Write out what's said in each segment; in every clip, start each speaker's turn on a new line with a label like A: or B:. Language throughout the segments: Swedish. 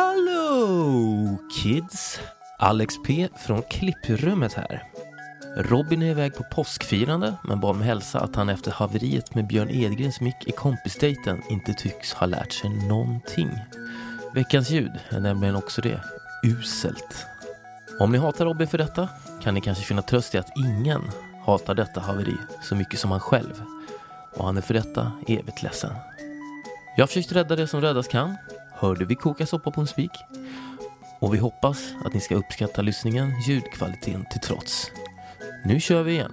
A: Hallå kids! Alex P från klipprummet här. Robin är iväg på påskfirande men bad mig hälsa att han efter haveriet med Björn Edgrens mick i kompisdejten inte tycks ha lärt sig någonting. Veckans ljud är nämligen också det. Uselt. Om ni hatar Robin för detta kan ni kanske finna tröst i att ingen hatar detta haveri så mycket som han själv. Och han är för detta evigt ledsen. Jag har försökt rädda det som räddas kan. Hörde vi koka soppa på en spik? Och vi hoppas att ni ska uppskatta lyssningen, ljudkvaliteten till trots. Nu kör vi igen.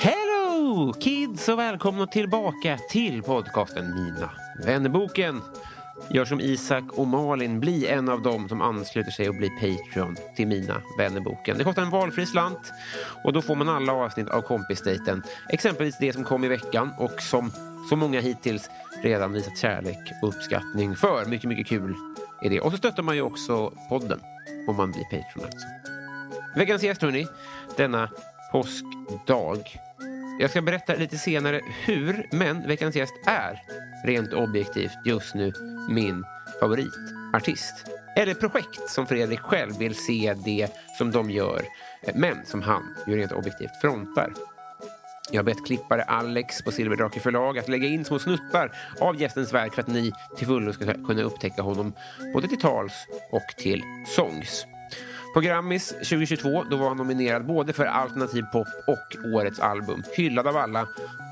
B: Hello kids och välkomna tillbaka till podcasten Mina vännerboken. Gör som Isak och Malin, bli en av dem som ansluter sig och blir Patreon till Mina vännerboken. Det kostar en valfri slant och då får man alla avsnitt av kompisdejten. Exempelvis det som kom i veckan och som så många hittills redan visat kärlek och uppskattning för. Mycket, mycket kul är det. Och så stöttar man ju också podden om man blir Patreon. Alltså. Veckans gäst, hörni, denna påskdag. Jag ska berätta lite senare hur, men veckans gäst är rent objektivt just nu min favoritartist. Eller projekt som Fredrik själv vill se det som de gör, men som han ju rent objektivt frontar. Jag har bett klippare Alex på Silverdrake förlag att lägga in små snuttar av gästens verk för att ni till fullo ska kunna upptäcka honom både till tals och till sångs. På Grammis 2022 då var han nominerad både för alternativ pop och årets album. Hyllad av alla.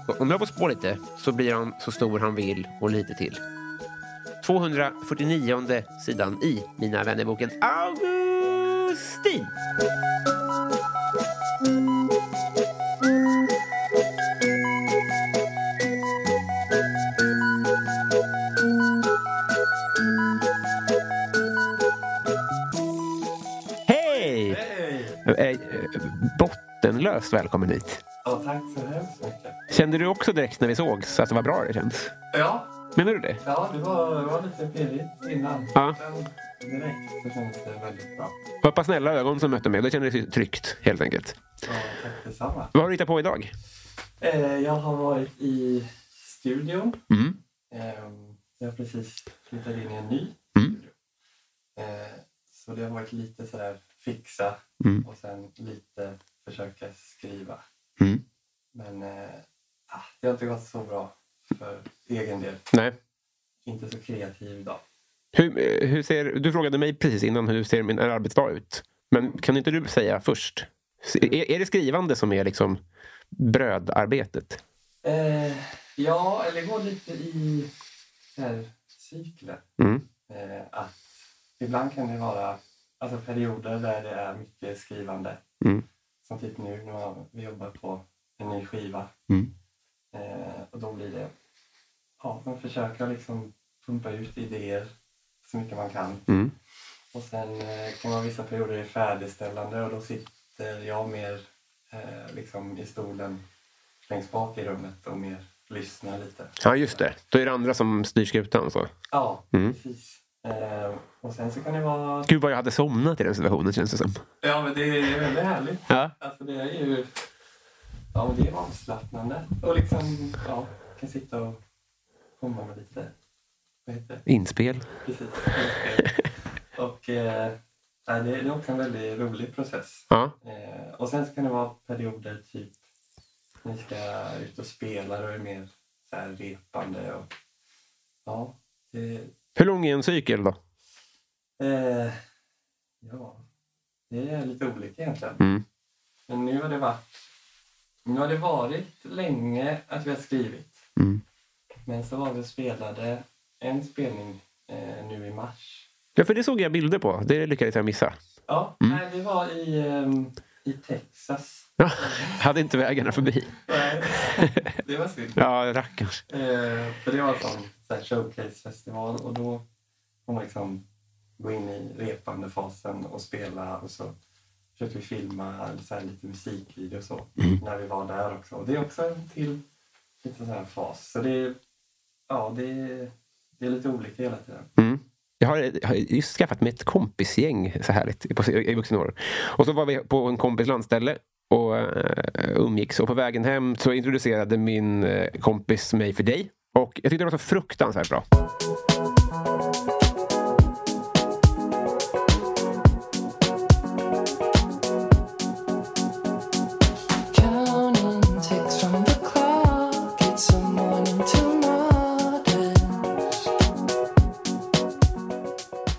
B: Och Om jag får spå lite så blir han så stor han vill och lite till. 249 sidan i Mina vännerboken Augustin. Hej! Eh, eh, Bottenlöst välkommen hit.
C: Ja, tack så hemskt mycket.
B: Kände du också direkt när vi sågs att det var bra det känns?
C: Ja,
B: Menar du det?
C: ja det, var, det var lite pirrigt innan.
B: Ja.
C: Men direkt så kändes det väldigt bra.
B: Det var ett par snälla ögon som mötte mig och då kände det sig tryggt helt enkelt.
C: Ja, tack detsamma.
B: Vad har du hittat på idag?
C: Eh, jag har varit i studion.
B: Mm.
C: Eh, jag har precis flyttat in i en ny
B: Mm.
C: studio. Eh, så det har varit lite så här fixa
B: Mm.
C: och sen lite försöka skriva.
B: Mm.
C: Men eh, ah, det har inte gått så bra för egen del.
B: Nej.
C: Inte så kreativ idag.
B: Hur, eh, hur ser, du frågade mig precis innan hur ser min arbetsdag ut. Men kan inte du säga först? Se- Är, är det skrivande som är liksom brödarbetet?
C: Eh, ja, eller går lite i så här, cykler.
B: Mm.
C: Eh, att ibland kan det vara alltså, perioder där det är mycket skrivande.
B: Mm.
C: Som typ nu när man- vi jobbar på en ny skiva.
B: Mm.
C: Eh, och då blir det... Ja, man försöker liksom pumpa ut idéer så mycket man kan.
B: Mm.
C: Och sen eh, kan man vissa perioder i färdigställande och då sitter jag mer eh, liksom i stolen längst bak i rummet och mer lyssnar lite.
B: Ja, just det. Då är det andra som styr skutan. Så.
C: Ja,
B: Mm.
C: precis. Eh, och sen så kan det vara...
B: Gud vad jag hade somnat i den situationen känns det som.
C: Ja, men det är väldigt härligt.
B: Ja.
C: Alltså det är ju... Ja, men det är avslappnande. Och liksom, ja, kan sitta och komma med lite vad heter det?
D: Inspel.
C: Precis. Och eh, nej, det det är också en väldigt rolig process.
B: Ja.
C: Eh, och sen så kan det vara perioder typ ni ska ut och spela och är mer så här repande. Och, ja, det,
B: Hur lång är en cykel då?
C: eh, ja, det är lite olika egentligen.
B: Mm.
C: Men nu har det varit, nu har det varit länge att vi har skrivit.
B: Mm.
C: Men så var vi och spelade en spelning eh, nu i mars.
B: Ja, för det såg jag bilder på. Det lyckades jag missa.
C: Ja, nej, vi var i, ehm, i Texas.
B: Ja, hade inte vägarna förbi.
C: Nej, det var synd.
B: Ja, rackarns.
C: Eh, för det var en sån, så här showcase-festival och då får man liksom gå in i repandefasen och spela och så försökte vi filma så här lite musikvideo och så när vi var där också. Och det är också en till liten sån här fas. Så det är, ja, det är, det är lite olika hela tiden.
B: Mm. Jag har, jag har just skaffat mig ett kompisgäng så härligt på, i vuxen ålder. Och så var vi på en kompis landställe och eh, umgicks. Och på vägen hem så introducerade min eh, kompis mig för dig. Och jag tyckte det var så fruktansvärt bra.
E: Counting ticks from the clock. It's a morning to notice.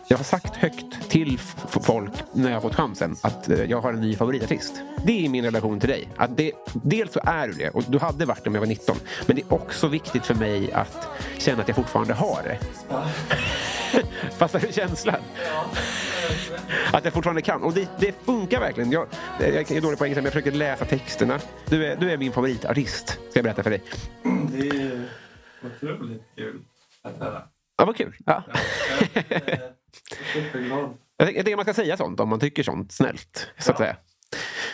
B: Jag har sagt högt till f- f- folk när jag har fått chansen att eh, jag har en ny favoritartist. Det är min relation till dig. Att det, dels så är du det, och du hade varit det om jag var 19. Men det är också viktigt för mig att känna att jag fortfarande har det. Fattar du känslan? Att jag fortfarande kan. Och det, det funkar verkligen. Jag, jag är dålig på engelska, men jag försöker läsa texterna. Du är, du är min favoritartist, ska jag berätta för dig.
C: Det är otroligt kul att höra.
B: Ja, vad kul. Ja.
C: Jag är eh, superglad.
B: Jag, tänk- jag tänker man ska säga sånt om man tycker sånt snällt. Så att säga.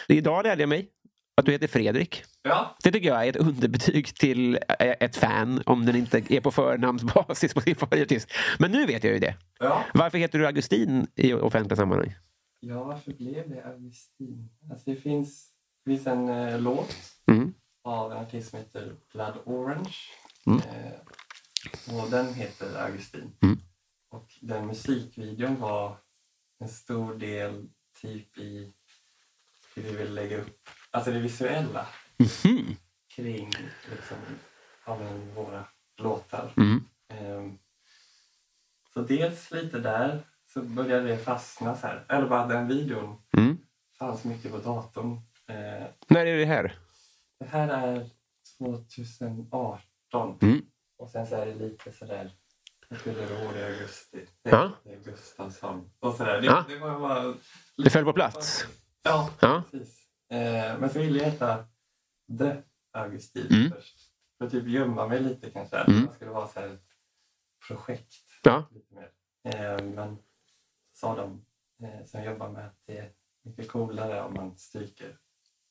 B: Idag lärde jag mig att du heter Fredrik.
C: Ja,
B: Det tycker jag är ett underbetyg till eh, ett fan om den inte är på förnamnsbasis på sin favoritartist. Men nu vet jag ju det.
C: ja.
B: Varför heter du Augustin i offentliga sammanhang?
C: Ja, varför blev det Augustin? Alltså det finns, det finns en eh, låt
B: Mm.
C: av en artist som heter Blood Orange. Eh, och den heter Augustin.
B: Mm.
C: Och den musikvideon var en stor del typ i hur vi vill lägga upp alltså det visuella
B: Mhm.
C: kring liksom, ja, men, våra låtar.
B: Mm.
C: Ehm, Så dels lite där så började det fastna så här. Eller bara den videon
B: Mm.
C: fanns mycket på datorn. Eh,
B: När är det här?
C: Det här är 2018.
B: Mm.
C: Och sen så är det lite sådär. Jag fyller år i augusti. Det
B: Ja.
C: är Gustafsson. Och sådär. Det,
B: Ja.
C: det var bara...
B: Det föll på plats.
C: Ja,
B: Ja.
C: precis. Eh, men så ville jag heta The Augustin
B: Mm.
C: först. För att typ gömma mig lite kanske.
B: Mm.
C: Det skulle vara så här ett projekt.
B: Ja.
C: Lite mer. Eh, men sa de eh, som jobbar med att det är mycket coolare om man stryker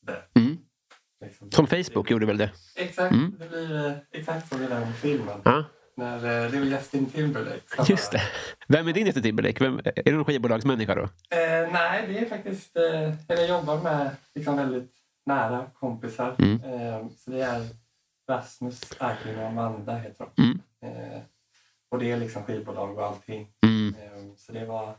C: det.
B: Mm.
C: Liksom.
B: Som Facebook gjorde väl det?
C: Exakt,
B: Mm.
C: det blir eh, exakt som i den filmen.
B: Ja.
C: När, eh, det var Justin Timberlake. som
B: Just
C: bara,
B: det. Vem är din Justin Timberlake? Vem, är du någon skivbolagsmänniska då?
C: Eh, nej, det är faktiskt... Eh, eller jag jobbar med liksom väldigt nära kompisar.
B: Mm.
C: Eh, så det är Rasmus, Agnes och Amanda heter de.
B: Mm.
C: Eh, och det är liksom skivbolag och allting.
B: Mm.
C: Eh, så det var...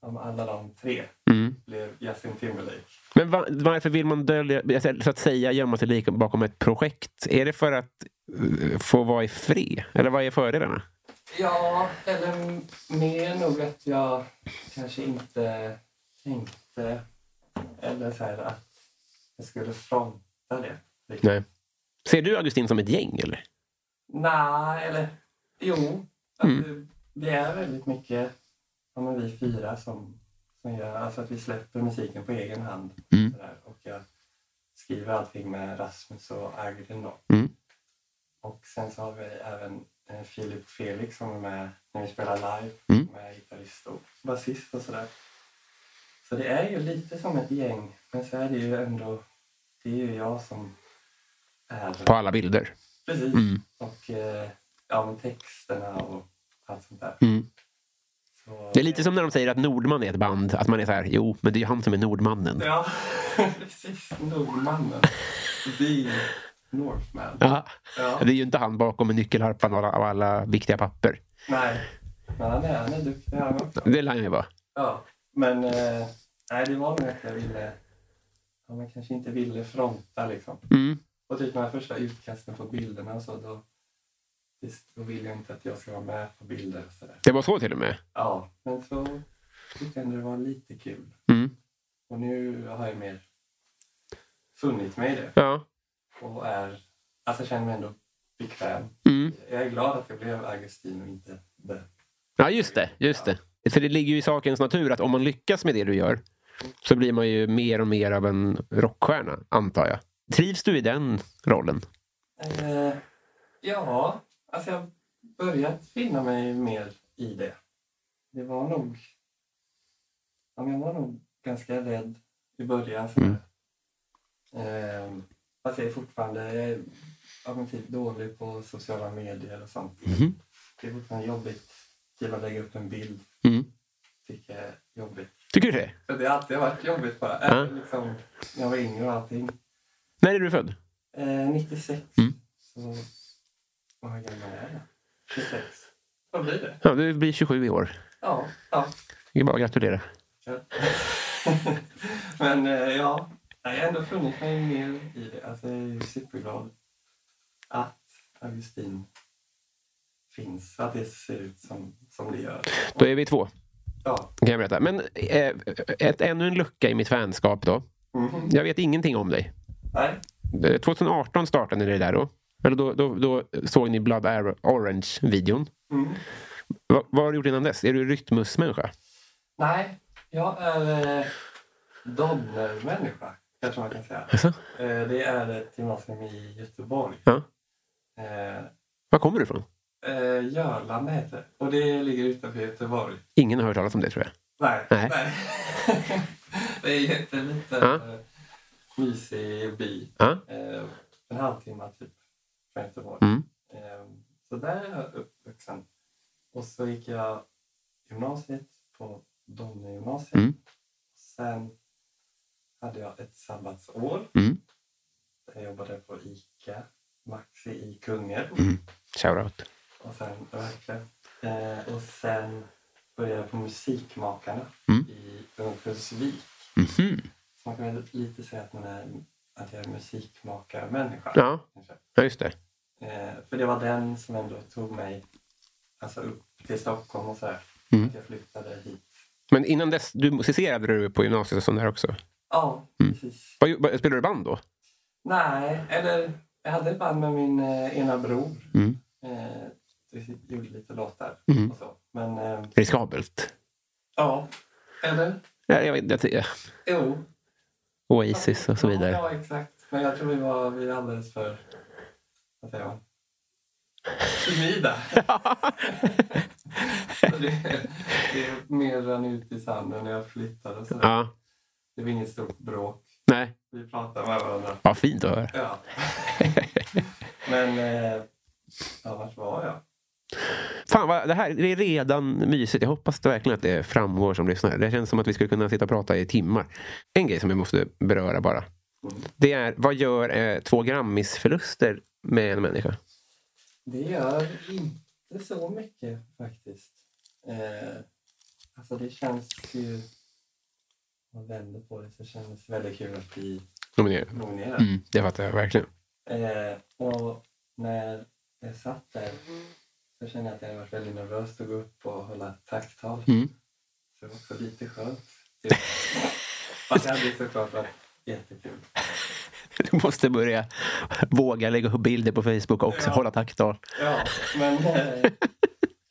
C: Om alla de tre
B: Mm.
C: blev Justin Timberlake.
B: Men va, varför vill man dölja, alltså, så att säga gömma sig lik- bakom ett projekt? Är det för att eh, få vara i fred? Eller vad är fördelarna?
C: Ja, eller m- mer nog att jag kanske inte tänkte eller så här att jag skulle fronta det. riktigt.
B: Nej. Ser du Augustin som ett gäng eller?
C: Nej, eller jo. Att
B: Mm.
C: det, det är väldigt mycket ja, men vi fyra som, som gör alltså att vi släpper musiken på egen hand.
B: Mm.
C: Så där, och jag skriver allting med Rasmus och Agden då.
B: Mm.
C: Och sen så har vi även eh, Filip Felix som är med när vi spelar live
B: Mm.
C: med gitarrist och basist och sådär. Så det är ju lite som ett gäng men så är det ju ändå det är ju jag som är
B: På alla bilder.
C: Precis.
B: Mm.
C: Och eh, ja, men texterna och allt sånt där.
B: Mm.
C: Så,
B: Det är lite som när de säger att Nordman är ett band. Att man är så här, jo, men det är ju han som är Nordmannen.
C: Ja, precis. Nordmannen. The Northman.
B: Ja.
C: Ja.
B: Det är ju inte han bakom en nyckelharpan av alla, av alla viktiga papper.
C: Nej, men han är, han är duktig han också.
B: Det lär jag ju vara.
C: Ja, men eh, nej, det var nog att jag ville... Ja, man kanske inte ville fronta liksom.
B: Mm.
C: Och typ de här första utkasten på bilderna och så, då, visst, då vill jag inte att jag ska vara med på bilder och sådär.
B: Det var så till och med.
C: Ja, men så tyckte jag ändå det var lite kul.
B: Mm.
C: Och nu har jag mer funnit mig i det
B: Ja.
C: och är, alltså jag känner mig ändå bekväm.
B: Mm.
C: Jag är glad att jag blev Augustin och inte det.
B: ja, just det. Just det. För det ligger ju i sakens natur att om man lyckas med det du gör så blir man ju mer och mer av en rockstjärna, antar jag. Trivs du i den rollen?
C: Eh, ja, alltså jag har börjat finna mig mer i det. Det var nog... Ja, men jag var nog ganska rädd i början. Så
B: Mm.
C: eh, fast jag är fortfarande ja, men typ dålig på sociala medier och sånt.
B: Mhm.
C: Det är fortfarande jobbigt. Typ att lägga upp en bild
B: Mm.
C: tycker jag är jobbigt.
B: Tycker du det?
C: Så det har alltid varit jobbigt bara.
B: Ja.
C: Även liksom, när jag var yngre och allting.
B: När är du född?
C: Eh, 96.
B: Mm.
C: Så... Vad gammal är jag? 26. Vad blir det?
B: Ja, du blir 27 i år.
C: Ja. ja.
B: Det är bara att gratulera.
C: Men eh, ja, Nej, jag har ändå funnit mig mer i det. Alltså, jag är superglad att Augustin finns. Att det ser ut som, som det gör.
B: Då är vi två,
C: Ja.
B: kan jag berätta. Men eh, ett, ännu en lucka i mitt fanskap då.
C: Mhm.
B: Jag vet ingenting om dig.
C: Nej.
B: Eh, 2018 startade ni det där då. Eller då, då, då såg ni Blood Ar- Orange-videon.
C: Mm.
B: Va, vad har du gjort innan dess? Är du rytmusmänniska?
C: Nej, jag är eh, donnermänniska. Kanske man kan säga.
B: Jaså?
C: Eh, det är ett gymnasium i Göteborg.
B: Ja.
C: Eh,
B: Var kommer du ifrån?
C: Eh, Jörlanda heter det. Och det ligger utanför Göteborg.
B: Ingen har hört talas om det tror jag.
C: Nej.
B: Nej.
C: det är en jätteliten,
B: Ja.
C: eh, mysig by.
B: Ja.
C: Eh, en halvtimme typ från Göteborg.
B: Mm.
C: Eh, så där är jag uppvuxen. Och så gick jag gymnasiet på Donnegymnasiet.
B: Mm.
C: Sen hade jag ett sabbatsår.
B: Mm.
C: Där jag jobbade på ICA, Maxi i Kungälv.
B: Shoutout.
C: Och sen, verkligen. Eh, och sen började jag på Musikmakarna
B: Mm.
C: i Örnsköldsvik.
B: Mhm.
C: Så man kan väl lite säga att, man är, att jag är musikmakarmänniska.
B: Ja.
C: kanske.
B: ja, just det.
C: Eh, för det var den som ändå tog mig alltså, upp till Stockholm och sådär.
B: Mm.
C: Att jag flyttade hit.
B: Men innan dess, du musicerade du på gymnasiet och sånt där också.
C: Ja,
B: Mm.
C: precis.
B: Vad, vad, spelade du band då?
C: Nej, eller jag hade ett band med min eh, ena bror.
B: Mm.
C: Eh, vi gjorde lite låtar
B: Mm.
C: och så. Men eh,
B: Riskabelt.
C: ja, eller?
B: Ja, jag vet, jag, jag,
C: Jo,
B: Oasis och så vidare.
C: Ja, exakt. Men jag tror vi var, vi var alldeles för... Vad säger man? Timida. Så det, det mer rann ut i sanden när jag flyttade. och Så
B: Ja.
C: Det var inget stort bråk.
B: Nej.
C: Vi pratade med varandra.
B: Vad fint att höra.
C: Ja. Men... Eh, ja, vart var jag?
B: Fan, vad, det här det är redan mysigt. Jag hoppas verkligen att det framgår som lyssnare. Det känns som att vi skulle kunna sitta och prata i timmar. En grej som vi måste beröra bara. Det är, vad gör eh, två Grammisförluster med en människa?
C: Det gör inte så mycket faktiskt. Eh, alltså det känns ju... Om man vänder på det så känns det väldigt kul att bli
B: Nominerad.
C: nominerad.
B: Mm, det fattar jag verkligen.
C: Eh, och när jag satt där så kände jag att jag hade varit väldigt nervös att gå upp och hålla ett tacktal.
B: Mm.
C: Så det var också lite skönt. Det- Fast det hade såklart varit jättekul.
B: Du måste börja våga lägga upp bilder på Facebook och också
C: Ja.
B: hålla tacktal.
C: Ja, men eh,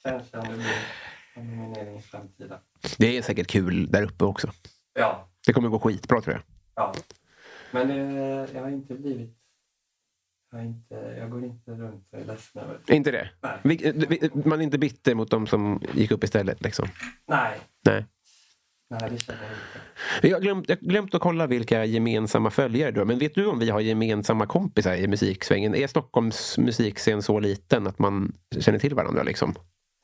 C: kanske om det blir en nominering i framtiden.
B: Det är säkert kul där uppe också.
C: Ja,
B: Det kommer gå skitbra tror jag.
C: ja. Men det, jag har inte blivit... Jag, har inte, jag går inte runt och är ledsen över det.
B: Är inte det?
C: Nej.
B: Vi- eh, vi- eh, Man är inte bitter mot de som gick upp istället. Liksom.
C: Nej,
B: Nej.
C: nej, det känner jag inte.
B: Jag har glömt, jag har glömt att kolla vilka gemensamma följare du har. Men vet du om vi har gemensamma kompisar i musiksvängen? Är Stockholms musikscen så liten att man känner till varandra? Liksom?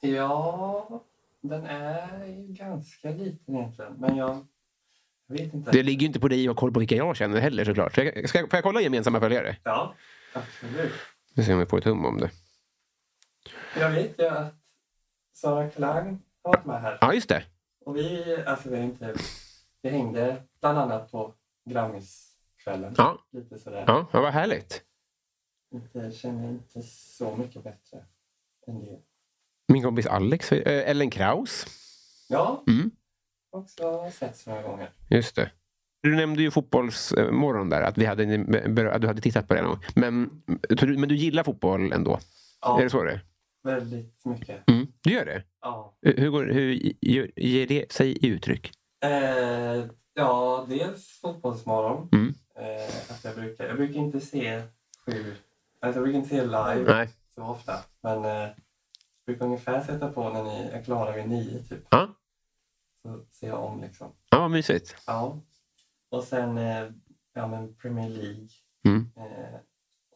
C: Ja, den är ju ganska liten egentligen. Men jag jag vet inte.
B: Det ligger ju inte på dig att ha koll på vilka jag känner heller såklart. Så jag, ska, får jag kolla gemensamma följare?
C: Ja, absolut.
B: Nu ser vi på ett hum om det.
C: Jag vet ju att Sara Klang har varit med här.
B: Ja, just det.
C: Och vi, alltså vi, är inte, vi hängde bland annat på Grammiskvällen.
B: Ja.
C: Lite sådär.
B: Ja, ja vad härligt.
C: Inte, känner inte så mycket bättre än det.
B: Min kompis Alex, eh, Ellen Kraus.
C: Ja,
B: Mm.
C: också setts några gånger.
B: Just det. Du nämnde ju fotbollsmorgon där, att, vi hade, en- eh, berö- att du hade tittat på det någon gång. Men, så du- men du gillar fotboll ändå?
C: Ja,
B: Är det så det är?
C: väldigt mycket.
B: Mm. Du gör det?
C: Ja.
B: Hur, hur går, hur gör, ger det sig i uttryck?
C: Eh, ja, dels Fotbollsmorgon.
B: Mm.
C: Eh, att jag, brukar, jag brukar inte se sju... Alltså jag brukar inte se live
B: Nej.
C: så ofta. Men eh, jag brukar ungefär sätta på när ni är klara vid nio, typ.
B: Ja,
C: Så ser jag om liksom.
B: ja vad mysigt.
C: Ja. Och sen eh, ja, men Premier League.
B: Mm.
C: Eh,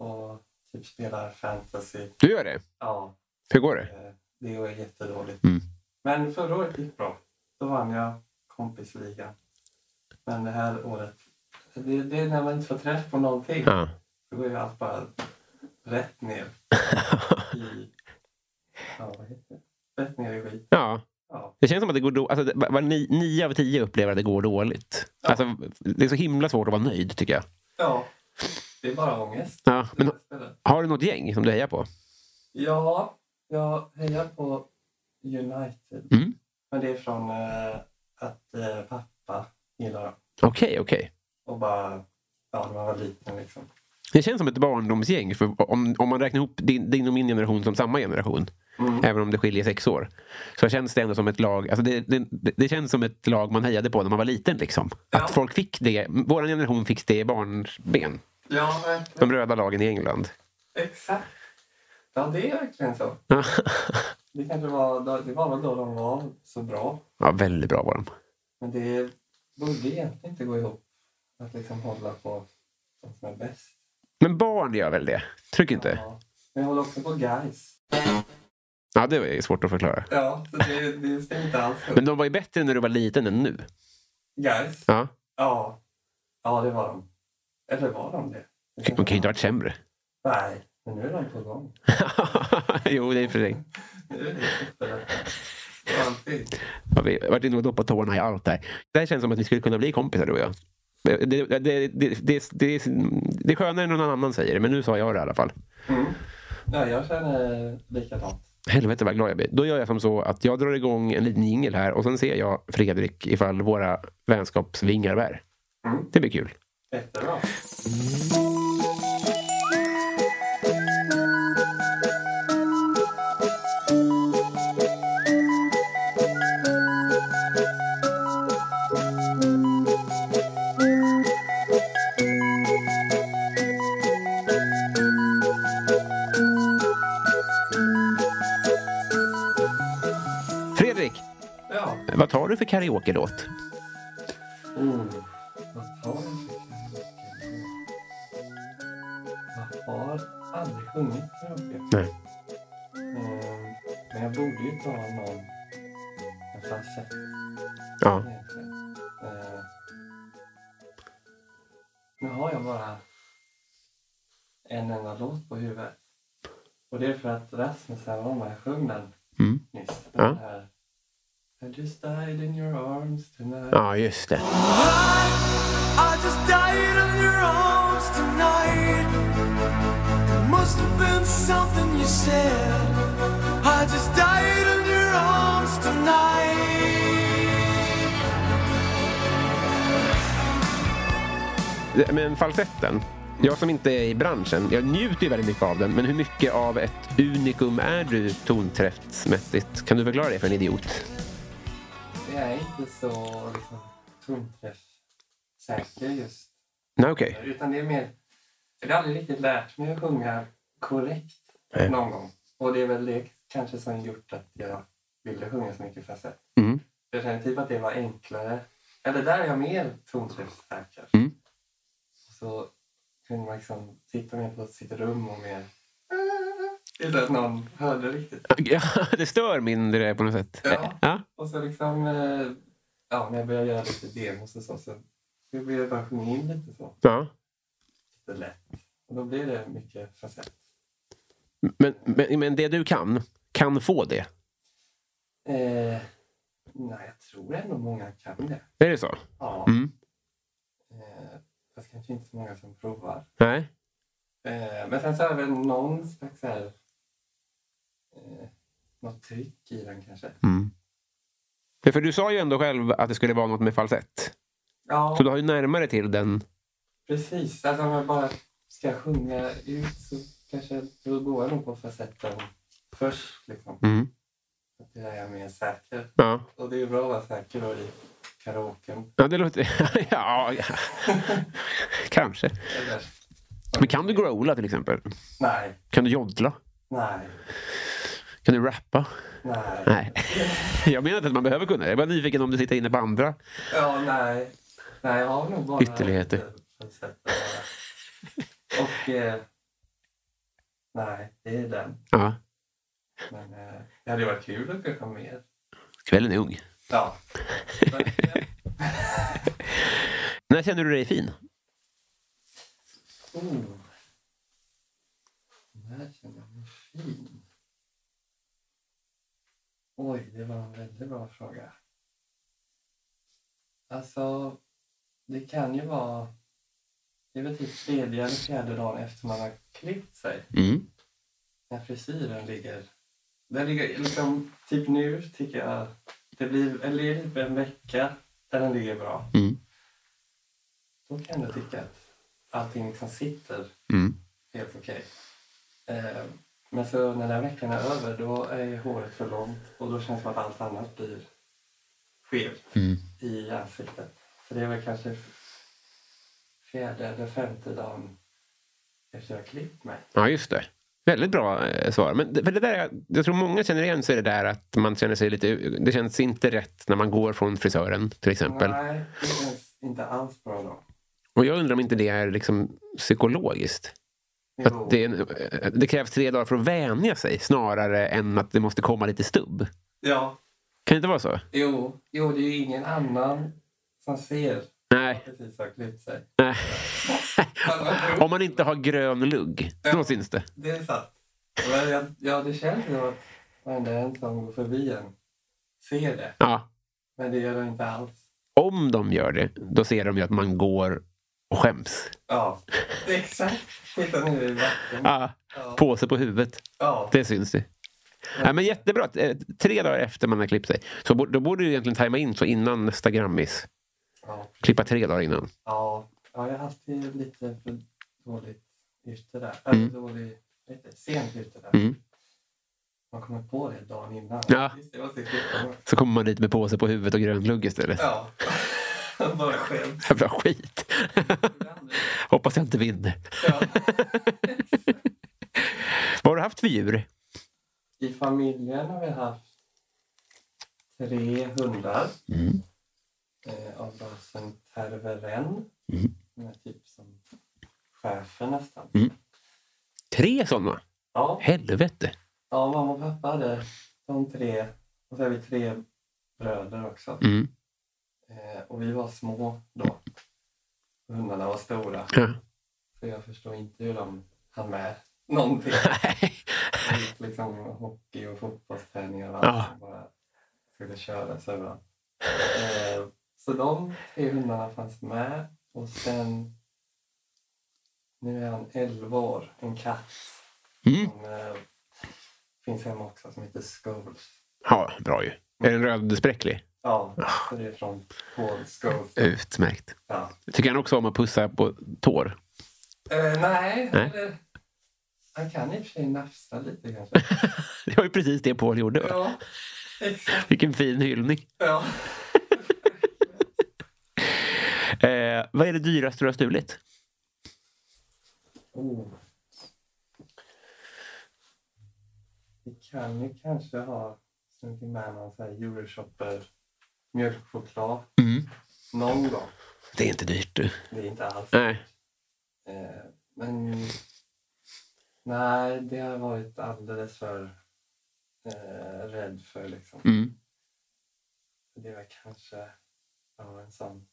C: och typ spelar fantasy.
B: Du gör det?
C: Ja,
B: Hur går det?
C: eh, det är jättedåligt.
B: Mm.
C: Men förra året gick bra. Då vann jag kompisligan. Men det här året, det, det är när man inte får träff på någonting.
B: Ja.
C: Då går ju allt bara rätt ner i... Ja, vad heter det? Rätt ner i skit.
B: ja.
C: Ja.
B: Det känns som att det går dåligt. Alltså, det- var- var ni, nio av tio upplever att det går dåligt. Alltså, det är så himla svårt att vara nöjd, tycker jag.
C: ja, det är bara ångest.
B: Ja. Men,
C: Istället.
B: har du något gäng som du hejar på?
C: Ja, jag hejar på United.
B: Mm.
C: Men det är från eh, att eh, pappa gillar dem.
B: Okej, okej.
C: Och bara, ja, när man var liten liksom.
B: Det känns som ett barndomsgäng. För om, om man räknar ihop din, din och min generation som samma generation,
C: Mm.
B: även om det skiljer sex år, så känns det ändå som ett lag alltså det, det, det känns som ett lag man hejade på när man var liten. Liksom.
C: Ja.
B: Att folk fick det. Vår generation fick det i barnsben.
C: Ja, verkligen.
B: De röda lagen i England.
C: Exakt. Ja, det är verkligen så.
B: Ja.
C: Det kanske var, det var väl då de var så bra.
B: ja, väldigt bra var de.
C: Men det borde egentligen inte gå ihop. Att liksom hålla på de som är bäst.
B: Men barn gör väl det? Tryck inte.
C: Ja. Men jag håller också på guys.
B: Ja, det är svårt att förklara.
C: Ja, så det, det stämmer inte alls upp.
B: Men de var ju bättre när du var liten än nu.
C: Guys.
B: Ja.
C: Ja. ja, det var de. Eller var de det?
B: De kan ju inte ha varit sämre.
C: Nej, men nu är de på gång.
B: jo, det är för sig.
C: Nu är det superlätt. Det är alltid.
B: Har vi varit inne och doppat tårna i allt där. Det här känns som att vi skulle kunna bli kompisar du och jag. Det, det, det, det, det, det, det är skönare än någon annan säger det, men nu sa jag det i alla fall.
C: Mm. Ja, jag känner likadant.
B: Helvete vad glad jag blir. Då gör jag som så att jag drar igång en liten jingel här och sen ser jag Fredrik ifall våra vänskapsvingar bär.
C: Mm.
B: Det blir kul.
C: Jättebra.
B: Fredrik,
C: Ja.
B: vad tar du för karaoke-låt?
C: Mm. Vad tar jag för karaoke? Jag har aldrig sjungit karaoke.
B: Nej.
C: Mm, Men jag borde ju ta någon en falsett
B: Ja.
C: egentligen. Eh, Nu har jag bara en enda låt på huvudet. Och det är för att Rasmus här var med och sjöng den
B: Mm.
C: nyss.
B: Ja.
C: Den här I just died in your arms tonight.
B: ja, just det.
F: I just died in your arms tonight. There must have been something you said. I just died in your arms tonight.
B: Men falsetten. Jag som inte är i branschen, jag njuter ju väldigt mycket av den. Men hur mycket av ett unikum är du tonträffsmässigt? Kan du förklara det för en idiot?
C: Jag är inte så liksom, tonträffsäker just
B: Nej, okej.
C: nu. Utan det är mer... Jag har aldrig riktigt lärt mig att sjunga korrekt
B: Nej.
C: någon gång. Och det är väl det kanske som gjort att jag ville sjunga så mycket falsett.
B: Mm.
C: Jag känner typ att det var enklare. Eller där är jag mer tonträffsäker.
B: Mm.
C: Så kunde man liksom sitta mer på sitt rum och mer... Utan att någon hörde riktigt.
B: Ja, det stör mindre på något sätt.
C: Ja.
B: ja.
C: Och så liksom, eh, ja, när jag började göra lite demos och så, så jag började bara sjunga in lite så,
B: ja.
C: lite lätt. Och då blir det mycket falsett.
B: Men, men, men det du kan, kan få det.
C: Eh, nej, jag tror ändå många kan det.
B: Är det så?
C: Ja.
B: Mm.
C: Eh, fast kanske inte så många som provar.
B: Nej.
C: Eh, men sen så är det väl någon slags så här, eh, något tryck i den kanske.
B: Mm. Ja, För du sa ju ändå själv att det skulle vara något med falsett.
C: Ja,
B: Så du har ju närmare till den.
C: precis. Alltså om jag bara ska sjunga ut så kanske då går jag nog på falsetten först. Liksom.
B: Mm.
C: Att det där är mer säker.
B: Ja.
C: Och det är ju bra att vara säker då i karaoken.
B: ja, det låter... ja, ja. kanske.
C: Eller,
B: Men kan du growla till exempel?
C: nej,
B: Kan du joddla?
C: nej,
B: Kan du rappa?
C: nej.
B: Nej. Jag menar inte att man behöver kunna det. Jag är bara nyfiken om du sitter inne på andra.
C: Ja, nej. Nej, jag har nog bara...
B: Ytterligheter.
C: ett, ett sätt att vara. Och... Eh, nej, det är den.
B: Ja.
C: Men eh, det hade ju varit kul att kunna mer.
B: Kvällen är ung.
C: Ja. verkligen.
B: När känner du dig fin?
C: Oh. När känner jag mig fin? Oj, det var en väldigt bra fråga. Alltså, det kan ju vara... Det är väl typ tredje eller fjärde dagen efter man har klippt sig.
B: Mm.
C: när frisyren ligger... Den ligger liksom, typ nu tycker jag... Det blir eller det är typ en vecka där den ligger bra.
B: Mm.
C: Då kan jag tycka att allting liksom sitter
B: Mm.
C: helt okej. Eh, men så när den veckan är över då är ju håret för långt och då känns det som att allt annat blir skevt
B: Mm.
C: i ansiktet. Så det är väl kanske fjärde eller femte dagen efter jag har klippt mig.
B: Ja, just det. Väldigt bra eh, svar. Men det, för det där, jag tror många känner igen sig i det där att man känner sig lite... Det känns inte rätt när man går från frisören till exempel.
C: Nej, det känns inte alls bra då.
B: Och jag undrar om inte det är liksom psykologiskt.
C: Jo.
B: Att det, är en, eh, det krävs tre dagar för att vänja sig snarare än att det måste komma lite stubb.
C: Ja,
B: Kan det inte vara så?
C: jo, jo, det är ju ingen annan som ser
B: Nej.
C: precis har klippt sig.
B: Nej.
C: Fast man tror-
B: Om man inte har grön lugg, då syns det.
C: Det är sant. Men jag, ja, det känns ju att varenda en som går förbi en ser det.
B: Ja.
C: Men det gör de inte alls.
B: Om de gör det, då ser de ju att man går och skäms.
C: Ja, det är exakt. Titta nu i backen.
B: Ja.
C: Ja.
B: Påse på huvudet.
C: Ja,
B: Det syns det. Ja, men jättebra. Eh, Tre dagar efter man har klippt sig. Så bo- då borde du egentligen tajma in så innan nästa Grammis.
C: ja,
B: Klippa tre dagar innan.
C: ja. ja, jag har alltid lite för dåligt ute där. Eller
B: Mm.
C: dålig, lite sent ute där.
B: Mm.
C: Man kommer på det dagen innan.
B: Ja.
C: Visst, det var så klippt.
B: Så kommer man dit med påse på huvudet och grön lugg istället.
C: Ja, bara skämt.
B: Jävla skit. Hoppas jag inte vinner.
C: Ja.
B: Vad har du haft för djur?
C: I familjen har vi haft tre hundar eh, av rasen Terveren. Den är typ som schäfer nästan.
B: Tre sådana?
C: Ja,
B: Helvete.
C: ja, mamma och pappa hade de tre. Och så är vi tre bröder också.
B: Mm.
C: Eh, och vi var små då. Hundarna var stora.
B: Ja.
C: Så jag förstår inte hur de hann med någonting. Jag gick liksom hockey och fotbollsträningar och allt.
B: Ja.
C: och Bara skulle köra så bra. Eh, så de tre hundarna fanns med. Och sen... Nu är han 11 år. En katt
B: Mm.
C: som eh, finns hemma också som heter Scholes.
B: ja, bra ju. Är den rödspräcklig?
C: Ja, så det är från Paul Scholes.
B: Utmärkt.
C: Ja.
B: Tycker han också om att pussa på tår?
C: Eh, nej,
B: Nej.
C: Eller, han kan i och för sig nafsa lite kanske.
B: Det var ju precis det Paul gjorde. va?
C: ja, exakt.
B: Vilken fin hyllning.
C: Ja.
B: Eh, vad är det dyraste du har stulit?
C: Oh. Vi kan ju kanske ha snuggit med någon sån här Euroshopper mjölkchoklad någon gång.
B: Mm. Det är inte dyrt du.
C: Det är inte alls.
B: Nej.
C: Eh, men nej, det har jag varit alldeles för eh, rädd för liksom.
B: Mm.
C: Det var kanske ja, en sån...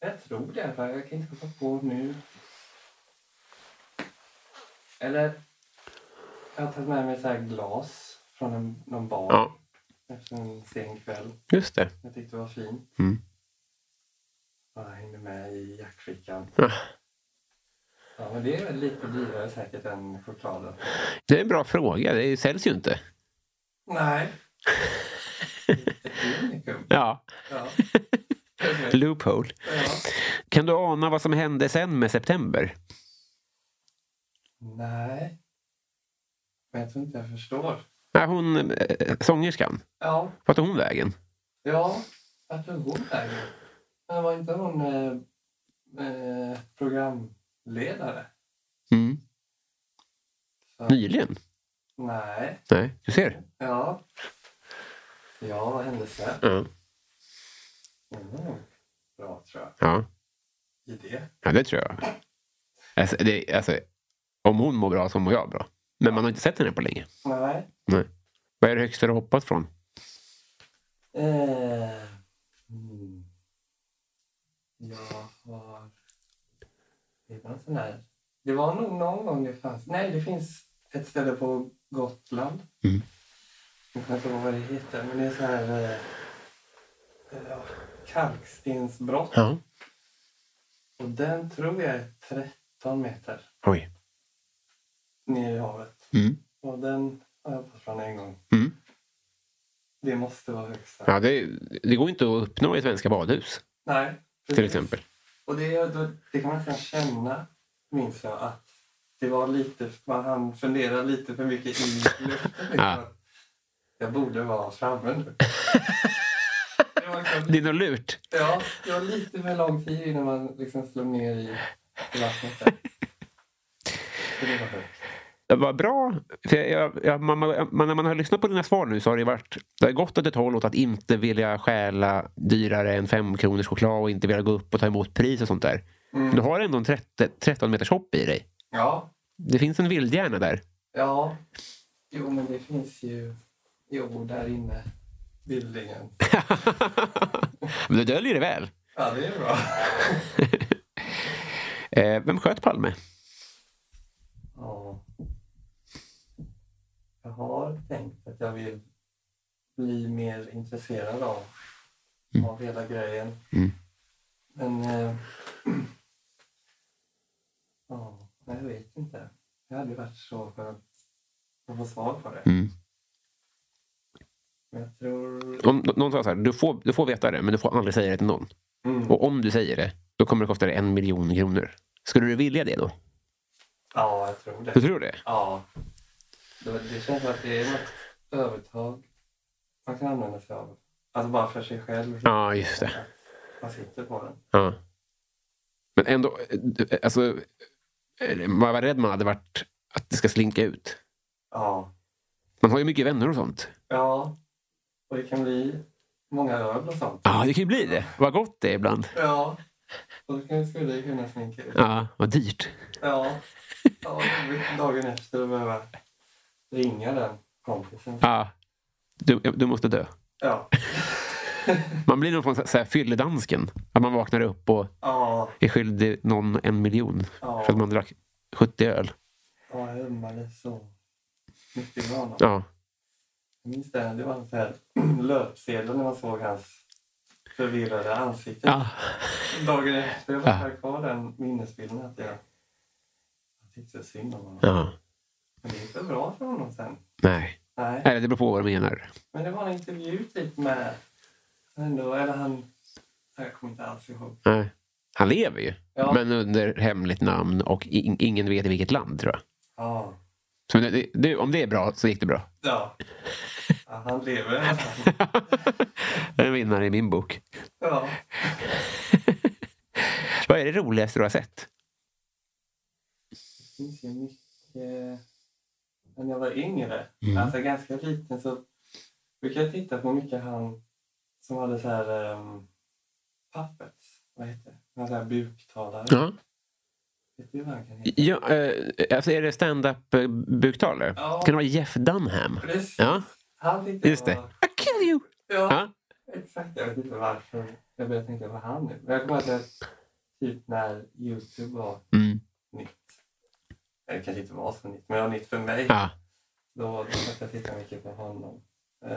C: Jag tror det, för jag kan inte komma på nu. Eller, jag har tagit med mig så här glas från en, någon bar.
B: Ja.
C: efter en sen kväll.
B: Just det.
C: Jag tyckte det var fint.
B: Mm.
C: Bara hängde med i jackfickan.
B: Ja.
C: Ja, men det är väl lite dyrare säkert än chokladen.
B: Det är en bra fråga. Det säljs ju inte.
C: Nej. Ett unikum.
B: Ja.
C: Ja. Perfekt.
B: Loophole.
C: Ja.
B: Kan du ana vad som hände sen med september?
C: Nej. Men jag tror inte jag förstår.
B: Nej, hon, eh, sångerskan.
C: Ja,
B: Vart tog hon vägen?
C: ja. Jag tror hon är det. Men var inte hon eh, eh, programledare?
B: Mm.
C: Så,
B: Nyligen?
C: nej.
B: Nej, du ser.
C: Ja. Ja, vad hände sen?
B: Ja.
C: Mm. Bra, tror jag.
B: Ja.
C: Idé.
B: ja, det tror jag. Alltså, det, alltså, om hon mår bra så mår jag bra. Men man har inte sett henne på länge.
C: Nej.
B: Nej. Vad är det högsta du hoppat från?
C: Eh, mm. Jag har... Det var en sån här... Det var nog någon gång det fanns... Nej, det finns ett ställe på Gotland.
B: Mm.
C: Jag kommer inte ihåg vad det heter, men det är så här... Eh, eh, ja, kalkstensbrott.
B: Ja.
C: Och den tror jag är 13 meter
B: Oj.
C: ner i havet.
B: Mm.
C: Och den har jag hoppat från en gång.
B: Mm.
C: Det måste vara högsta.
B: Ja, det, det går inte att uppnå i svenska badhus,
C: Nej.
B: till
C: precis.
B: exempel.
C: Och det, då, det kan man nästan känna, minns jag, att det var lite, man hann fundera lite för mycket i luften. Liksom.
B: Ja.
C: Jag borde vara framme nu. det, var liksom,
B: Det är något lurt.
C: ja, det var lite för lång tid innan man liksom slog ner i i vattnet. där. Så det var högt.
B: Det var bra. För jag, jag, jag, man, man, när man har lyssnat på dina svar nu så har det varit det har gått åt ett håll åt att inte vilja stjäla dyrare än 5 kronors choklad och inte vilja gå upp och ta emot pris och sånt där. Du har ändå en 30, 13 meters hopp i dig.
C: Ja,
B: Det finns en vildhjärna där.
C: ja. Jo, men det finns ju... Jo, där inne. Bildningen.
B: Men du döljer det väl.
C: Ja, det är bra.
B: Eh, vem sköt Palme?
C: Ja. Jag har tänkt att jag vill bli mer intresserad av, av hela grejen.
B: Mm.
C: Men... Eh, ja, nej, jag vet inte. Det hade ju varit så skönt att få svar på det.
B: Mm.
C: Men jag tror...
B: Om, någon sa så här, du får, du får veta det men du får aldrig säga det till någon.
C: Mm.
B: Och om du säger det, då kommer det kosta dig en miljon kronor. Skulle du vilja det då?
C: Ja, jag tror
B: Du
C: det.
B: tror det?
C: Ja. Det, det känns som att det är något övertag man kan använda sig av. Alltså bara för sig själv.
B: Ja, just det.
C: Man sitter på den.
B: Ja. Men ändå, eh, alltså, eh, man var rädd man hade varit att det ska slinka ut.
C: Ja.
B: Man har ju mycket vänner och sånt.
C: Ja, och det kan bli många öl och sånt.
B: Ja, det kan ju bli det. Vad gott det är ibland.
C: Ja, och då kan- skulle det kunna slinka ut.
B: Ja, vad dyrt.
C: Ja, ja och jobbigt dagen efter att behöva ringa den kompisen.
B: Ja. Du, du måste dö.
C: Ja,
B: Man blir någon form av så här fylledansken. Att man vaknar upp och
C: ja,
B: är skyldig någon en miljon
C: Ja.
B: för att man drack 70 öl.
C: ja jag ömmade så mycket med honom.
B: Ja.
C: Jag minns det, det var en sån här löpsedel när man såg hans förvirrade ansikte.
B: ja.
C: Dagen efter, jag
B: Ja.
C: har kvar den minnesbilden att jag, jag tyckte synd om honom.
B: ja.
C: Men det är inte bra för honom sen.
B: Nej.
C: Nej.
B: Nej, det beror på vad du menar.
C: Men det var en intervju typ med... Ändå, eller han... Jag kommer inte alls ihåg.
B: Nej. Han lever ju.
C: Ja.
B: Men under hemligt namn och in, ingen vet i vilket land, tror jag.
C: Ja.
B: Så det, det- det, om det är bra så gick det bra.
C: Ja. ja han lever i alla fall.
B: Det är En vinnare i min bok.
C: Ja.
B: Vad är det roligaste du har sett?
C: Det finns ju mycket... eh, När jag var yngre,
B: Mm.
C: alltså ganska liten, så brukade jag titta på mycket han som hade så här... Um, puppets, vad heter det? Han hade så här buktalare.
B: Ja.
C: Vet du vad han kan heta?
B: Ja, eh, alltså är det stand-up-buktalare?
C: Ja.
B: Kan det vara Jeff Dunham?
C: Precis.
B: Ja,
C: Han tyckte
B: just det.
C: var-
B: I kill you!
C: Ja.
B: Ja.
C: Exakt, jag vet inte varför jag började tänka på han nu. Men jag kommer ihåg att jag- typ när Youtube var
B: Mm.
C: nytt. Eller kanske inte var så nytt, men det var nytt för mig.
B: Ja.
C: Då, då satt jag och tittade mycket på honom. Eh,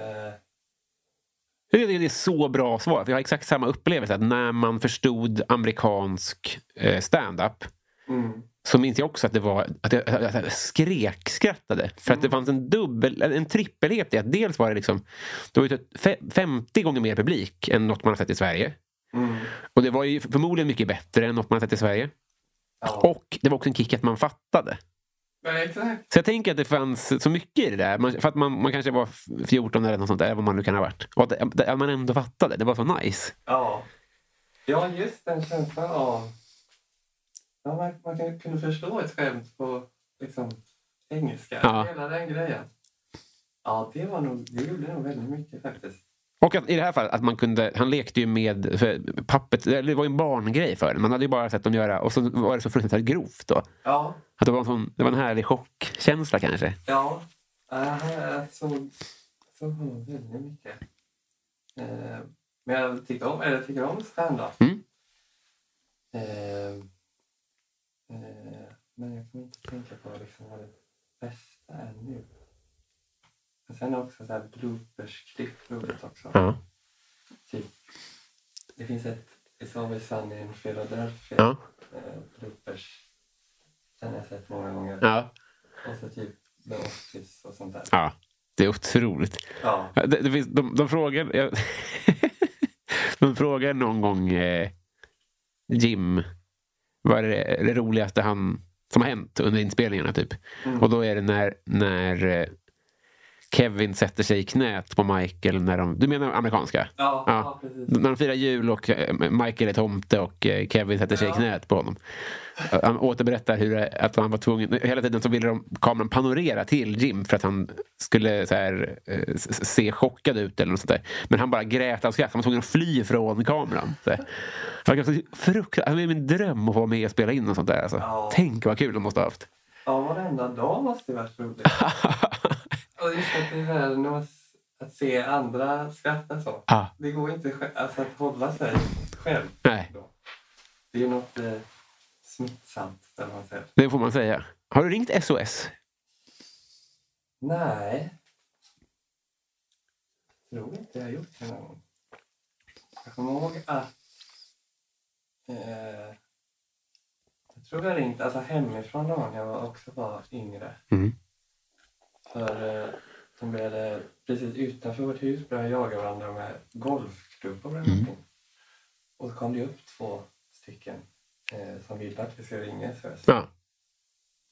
B: Jag tycker Det är så bra svar. för Jag har exakt samma upplevelse. Att när man förstod amerikansk eh, stand-up
C: Mm.
B: så minns jag också att, det var, att, jag, att jag skrekskrattade. För att det fanns en dubbel, en trippelhet i att dels var det liksom det var ju typ fe- 50 gånger mer publik än något man har sett i Sverige.
C: Mm.
B: Och det var ju förmodligen mycket bättre än något man har sett i Sverige.
C: Ja.
B: Och det var också en kick att man fattade.
C: Men exakt.
B: Så jag tänker att det fanns så mycket i det där. Man, för att man, man kanske var f- 14 eller något sånt där, vad man nu kan ha varit. Och att, det- att man ändå fattade. Det var så nice.
C: Ja. ja, just den känslan av... Ja, man, man kan- kunde förstå ett skämt på liksom, engelska.
B: Ja.
C: Hela den grejen. Ja, det, var nog, det gjorde nog väldigt mycket faktiskt.
B: Och att, i det här fallet, att man kunde, han lekte ju med för, pappet, eller det var ju en barngrej för en. Man hade ju bara sett dem göra, och så var det så fruktansvärt grovt då.
C: Ja,
B: Att det, var en sån, det var en härlig chockkänsla kanske.
C: ja. Äh, jag såg, såg honom väldigt mycket. Eh, men jag tycker om, eller jag tycker om stand-up.
B: Mm.
C: Eh, eh, men jag kommer inte tänka på liksom vad det bästa är nu. Men sen också så här bloopers-klipp roligt också.
B: Ja.
C: Typ, det finns ett It's always sunny in Philadelphia
B: Ja.
C: eh, bloopers. Den har jag sett många gånger.
B: Ja.
C: Och så typ The Office och sånt där.
B: ja. Det är otroligt.
C: Ja.
B: Ja, Det, det finns, de, de frågar... Jag, de frågar någon gång eh, Jim vad är det, det roligaste han, som har hänt under inspelningarna. Typ.
C: Mm.
B: Och då är det när, när eh, Kevin sätter sig i knät på Michael. När de, du menar amerikanska?
C: Ja,
B: Ja.
C: ja, precis.
B: När de firar jul och eh, Michael är tomte och eh, Kevin sätter sig i
C: Ja.
B: knät på honom. Eh, Han återberättar hur det, att han var tvungen... Hela tiden så ville de kameran panorera till Jim för att han skulle så här, eh, s- s- se chockad ut eller något sånt där. Men han bara grät av skratt. Han var tvungen att fly från kameran. Så här. Det var så fruktansvärt. Det är min dröm att vara med och spela in och sånt där. Alltså.
C: Ja.
B: Tänk vad kul de måste ha haft.
C: Ja, varenda dag måste ju varit roligt. Och just att det här när man, s- att se andra skratta så.
B: ah,
C: Det går inte sj- alltså, att hålla sig själv.
B: nej,
C: Då. Det är något eh, smittsamt, där man säger.
B: det får man säga. Har du ringt SOS?
C: Nej. Jag tror inte jag har gjort det någon gång. Jag kommer ihåg att... Eh, jag tror jag ringt alltså hemifrån någon gång när jag var- också var yngre.
B: Mm.
C: För eh, de började, precis utanför vårt hus började jaga varandra med golfklubbor eller
B: Mm.
C: någonting. Och så kom det upp två stycken eh, som ville att vi skulle ringa SOS.
B: Ja.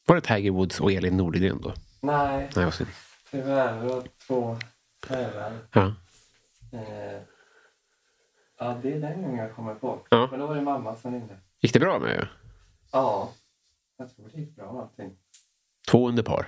B: Var det Tiger Woods och Elin Nordegren då?
C: Nej,
B: Nej, vad synd.
C: tyvärr. Det var två herrar.
B: Ja.
C: Eh, ja, det är den gången jag kommer på.
B: Ja.
C: Men då var det mamma som ringde.
B: Gick det bra med er?
C: Ja, jag tror det gick bra allting.
B: Två under par.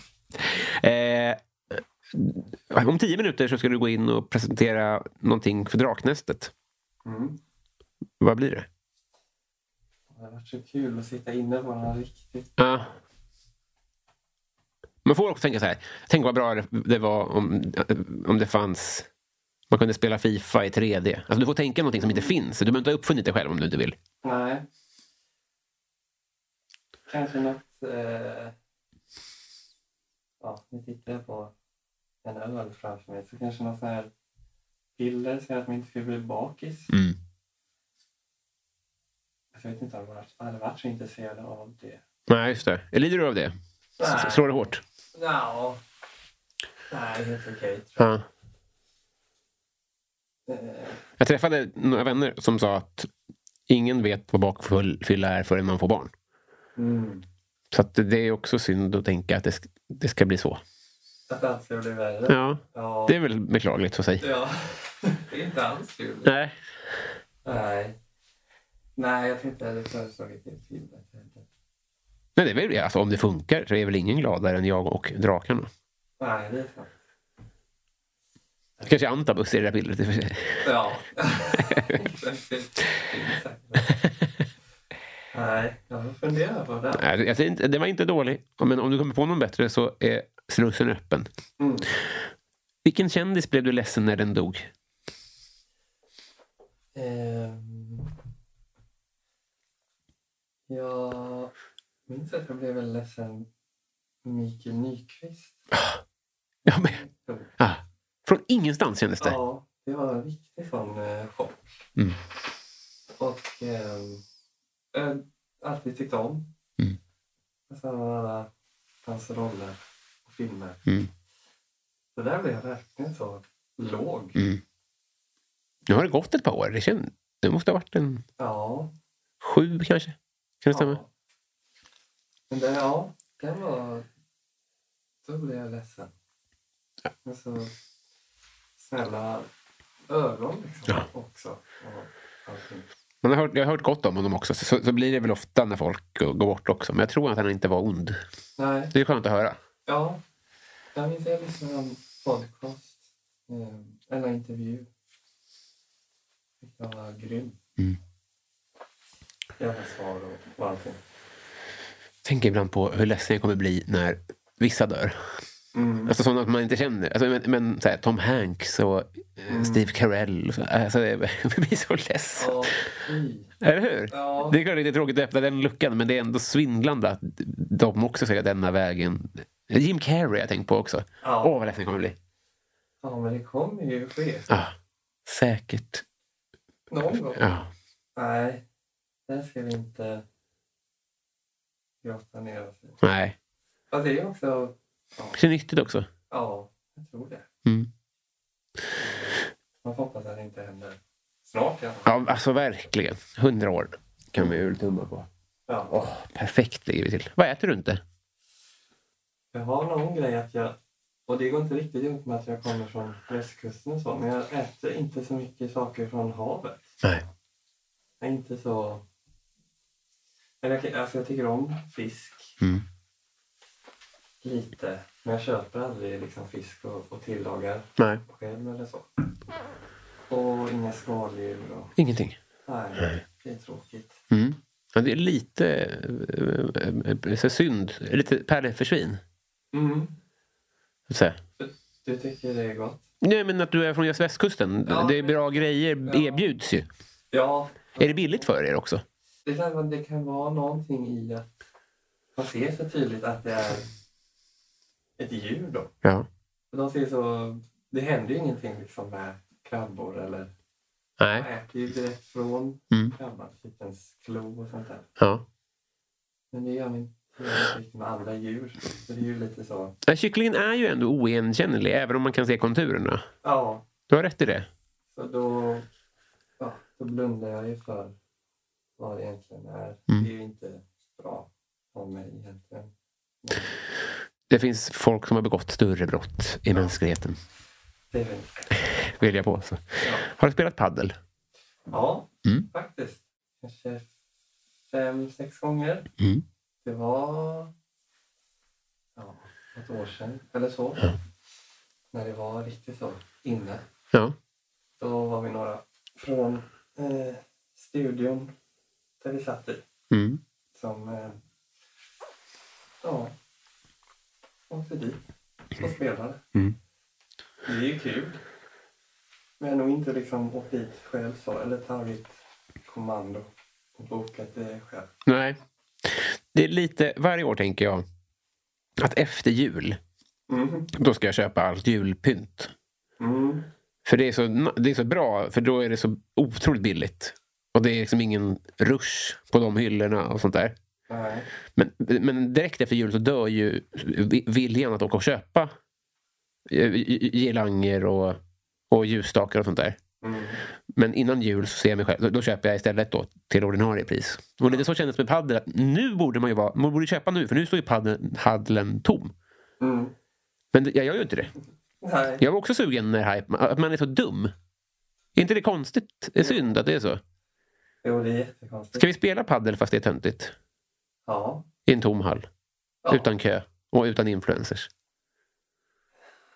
B: eh, om tio minuter så ska du gå in och presentera någonting för Draknästet.
C: Mm.
B: Vad blir det?
C: Det har varit så kul att sitta inne på den här riktigt.
B: Ja. Man får också tänka så här. Tänk vad bra det- det var om, eh, om det fanns... Man kunde spela Fifa i 3D. Alltså du får tänka någonting som inte finns. Du behöver inte ha uppfunnit det själv om du inte vill.
C: Nej. Kanske något... Eh, ja, nu tittar jag på en öl framför mig. Så kanske något sån här piller så att man inte skulle bli bakis.
G: Mm.
C: Jag vet inte om jag varit- hade varit så intresserad av det.
B: Nej, just det. Lider du av det? S- Slår det hårt?
C: Ja. Nej, helt okej. tror jag.
B: Ja.
C: Eh,
B: Jag träffade några vänner som sa att ingen vet vad bakfylla är förrän man får barn.
C: Mm.
B: Så att det är också synd att tänka att det ska, det ska bli så.
C: Att allt ska bli värre.
B: Ja,
C: Ja.
B: det är väl beklagligt så att säga.
C: ja. det är inte alls kul.
B: Nej.
C: Nej. Nej, jag tror inte jag hade föreslagit det typ filmet. heller.
B: Nej, det är väl, alltså, om det funkar så är väl ingen gladare än jag och drakarna.
C: Nej, det är sant.
B: Kanske antabus i det där pillret i och för sig.
C: Ja. Exakt, det finns säkert. Nej, jag får fundera på det.
B: Nej, jag säger inte, det var inte dålig. Men om du kommer på någon bättre så är slussen öppen.
C: Mm.
B: Vilken kändis blev du ledsen när den dog?
C: Ehm. Jag minns att jag blev väl ledsen Mikael Nyqvist.
B: Ja, men, ah, från ingenstans kändes det.
C: Ja, det var en riktig sån eh, chock.
B: Mm.
C: Och ehm, jag har alltid tyckt om.
B: Mm.
C: Alltså alla hans roller och filmer.
B: Mm.
C: Så där blev jag verkligen så låg.
B: Mm. Nu har det gått ett par år. Det, känd, det måste ha varit en
C: Ja.
B: sju kanske? Kan det stämma?
C: ja. Men det, ja, det var... Då blev jag ledsen. Men så snälla ögon liksom
B: Ja.
C: också. Och allting.
B: Man har hört, jag har hört gott om honom också. Så, så blir det väl ofta när folk går går bort också. Men jag tror att han inte var ond.
C: Nej.
B: Det är skönt att höra.
C: Ja, jag minns jag lyssnade på en podcast, eh, eller en intervju. Det var grym.
B: Mm.
C: Jävla svar och, och allting.
B: Tänker ibland på hur ledsen jag kommer bli när vissa dör. Alltså sådana som man inte känner. Alltså, men men så här, Tom Hanks och eh, Steve Carell. Och så, alltså, det- jag blir så ledsen.
C: Ja, fy.
B: Eller hur?
C: Ja.
B: Det är klart det är tråkigt att öppna den luckan. Men det är ändå svindlande att de också ska göra denna vägen. Jim Carrey har jag tänkt på också. Åh,
C: Ja.
B: vad ledsen jag kommer bli.
C: ja, men det kommer ju ske
B: Ah, säkert.
C: någon gång.
B: Ja.
C: Nej, där ska vi inte gråta ner oss i.
B: Nej.
C: Fast det är också,
B: Det är nyttigt också.
C: ja, jag tror det.
B: Mm.
C: Man får hoppas att det inte händer snart i alla fall.
B: Ja, alltså verkligen. Hundra år kan vi ju tumma på.
C: Ja.
B: Åh, perfekt ligger vi till. Vad äter du inte?
C: Jag har någon grej att jag, och det går inte riktigt ihop med att jag kommer från västkusten och så, men jag äter inte så mycket saker från havet.
B: Nej.
C: Jag är inte så... Eller, jag- alltså jag tycker om fisk
B: Mm.
C: lite, men jag köper aldrig liksom fisk och, och tillagar
B: Nej.
C: själv eller så. Och inga skaldjur och...
B: Ingenting.
C: Nej, det är tråkigt.
B: Mm. Ja, det är lite eh, eh, eh, så synd. Lite pärle för svin.
C: Mm.
B: så att säga.
C: Du tycker det är gott?
B: Nej, men att du är från just västkusten.
C: Ja.
B: Det är bra grejer
C: Ja.
B: erbjuds ju.
C: Ja,
B: Är det billigt för er också?
C: Det kan, vara- det kan vara någonting i att man ser så tydligt att det är ett djur då.
B: Ja.
C: För De ser så, det händer ju ingenting liksom med krabbor eller man
B: Nej.
C: äter ju direkt från
B: Mm.
C: krabban, typ ens klo och sånt där.
B: Ja.
C: Men det gör man inte riktigt med andra djur. Så det är ju lite så,
B: Ja, Kycklingen är ju ändå oigenkännlig, även om man kan se konturerna.
C: ja,
B: Du har rätt i det.
C: så då, ja, då blundar jag ju för vad det egentligen är.
B: Mm.
C: Det är ju inte bra av mig egentligen.
B: Det finns folk som har begått större brott i mänskligheten,
C: Det är väl,
B: vill jag påstå.
C: ja.
B: Har du spelat paddel?
C: Ja,
B: Mm.
C: faktiskt. Kanske fem, sex gånger.
B: Mm.
C: Det var ja, ett år sedan eller så. När det var riktigt så inne.
B: Ja.
C: Då var vi några från eh, studion där vi satt i.
B: Mm.
C: Som eh, ja, åkte dit och spelade.
B: Mm.
C: Det är ju kul. Men jag har nog inte liksom åkt dit själv så, eller tagit kommando och bokat det själv.
B: Nej. Det är lite, varje år tänker jag att efter jul,
C: Mm. Mm.
B: då ska jag köpa allt julpynt. För det är, så, det är så bra, för då är det så otroligt billigt. Och det är liksom ingen rush på de hyllorna och sånt där.
C: Nej.
B: Men, men direkt efter jul så dör ju vi- viljan att åka och köpa eh, girlanger och, och ljusstakar och sånt där.
C: Mm.
B: Men innan jul så ser jag mig själv. Då, då köper jag istället då till ordinarie pris. Och lite så kändes det med padel. att Nu borde man ju vara, man borde köpa nu för nu står ju paddeln, paddeln tom.
C: Mm.
B: Men det- jag gör ju inte det.
C: Nej.
B: Jag var också sugen när hype, att man är så dum. Är inte det konstigt? Det är synd att det är så.
C: Jo, det är jättekonstigt.
B: Ska vi spela paddel fast det är töntigt?
C: Ja.
B: I en tom hall.
C: ja.
B: Utan kö. Och utan influencers.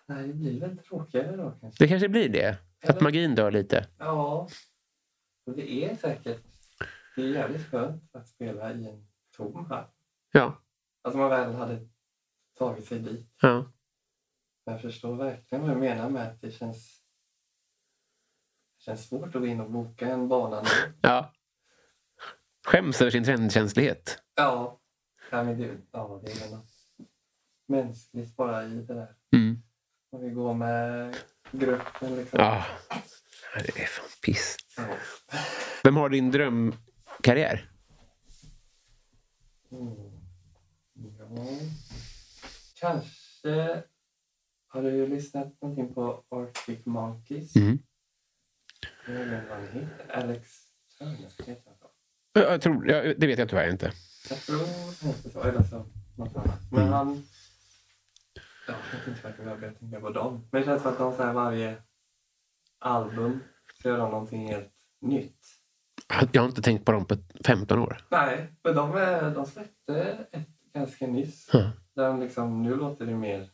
C: Nej, det blir väl tråkigare då kanske.
B: Det kanske blir det. Att
C: Eller-
B: magin dör lite.
C: Ja. Och det är säkert... Det är jävligt skönt att spela i en tom här.
B: Ja.
C: Alltså man väl hade tagit sig dit.
B: ja.
C: Men jag förstår verkligen vad du menar med att det känns... Det känns svårt att gå in och boka en bana nu.
B: ja. Skäms över sin trendkänslighet.
C: Ja. Nej men gud. Ja, det är väl något mänskligt bara i det där.
B: Mm.
C: Om vi går med gruppen liksom.
B: Ja. Ah. Det är fan piss.
C: Ja.
B: Vem har din drömkarriär?
C: Mm. Ja. Kanske har du lyssnat någonting på Arctic Monkeys?
B: Mm.
C: Jag vet inte vad han heter. Alex Turner heter han så.
B: Jag jag tror, jag, det vet jag tyvärr inte.
C: Jag tror han heter så. Eller så något annat. Men han... Ja, jag vet inte varför jag började tänka på dem. Men det känns som att de så här varje album så gör de någonting helt nytt.
B: Jag har inte tänkt på dem på 15 år.
C: Nej, men de, är, de släppte ett ganska nyss.
B: Ja.
C: Där de liksom, nu låter det mer...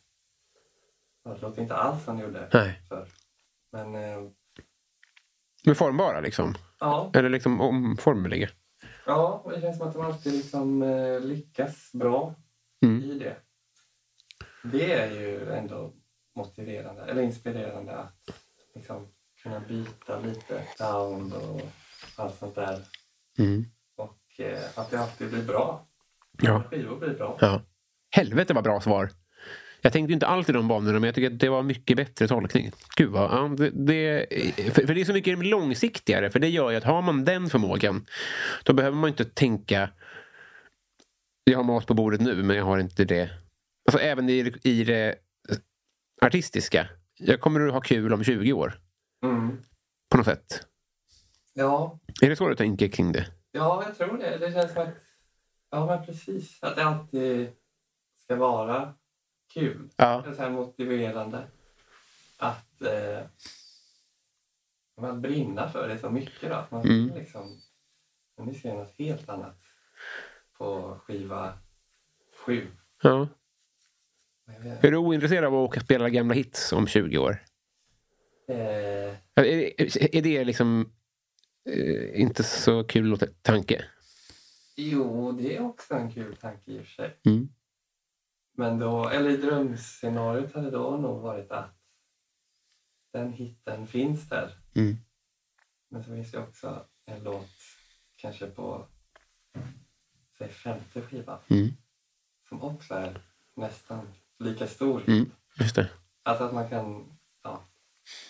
C: ja, Det låter inte alls som det gjorde
B: Nej.
C: förr. Men eh,
B: Men formbara liksom.
C: ja,
B: Eller liksom omformliga.
C: ja, och det känns som att de alltid liksom, eh, lyckas bra
B: Mm.
C: i det. Det är ju ändå motiverande, eller inspirerande att liksom, kunna byta lite sound och allt sånt där.
B: Mm.
C: Och eh, att det alltid blir bra.
B: Ja.
C: Skivor blir bra.
B: ja. Helvete vad bra svar. Jag tänkte ju inte alls i de banorna men jag tycker att det var mycket bättre tolkning. Gud vad, ja, det, det, för, för det är så mycket långsiktigare. För det gör ju att har man den förmågan då behöver man inte tänka jag har mat på bordet nu men jag har inte det. Alltså även i, i det artistiska. Jag kommer att ha kul om 20 år.
C: Mm.
B: På något sätt.
C: Ja,
B: Är det så du tänker kring det?
C: Ja, jag tror det. Det känns som att... Ja, men precis. Att det alltid ska vara kul.
B: Ja.
C: Eller så här motiverande. Att, eh, man brinna för det så mycket. Då. Att man
B: Mm.
C: vill liksom... Men nu ser jag något helt annat på skiva sju.
B: ja.
C: Men jag vet-
B: Är du ointresserad av att åka och spela gamla hits om 20 år?
C: Eh,
B: Är det, är det liksom eh, inte så kul att tanke?
C: jo, det är också en kul tanke i och för sig.
B: Mm.
C: Men då, eller i drömscenariot hade då nog varit att den hitten finns där.
B: Mm.
C: Men så finns det också en låt kanske på säg femte skivan
B: Mm.
C: som också är nästan lika stor.
B: Mm. Just det.
C: Alltså att man kan ja,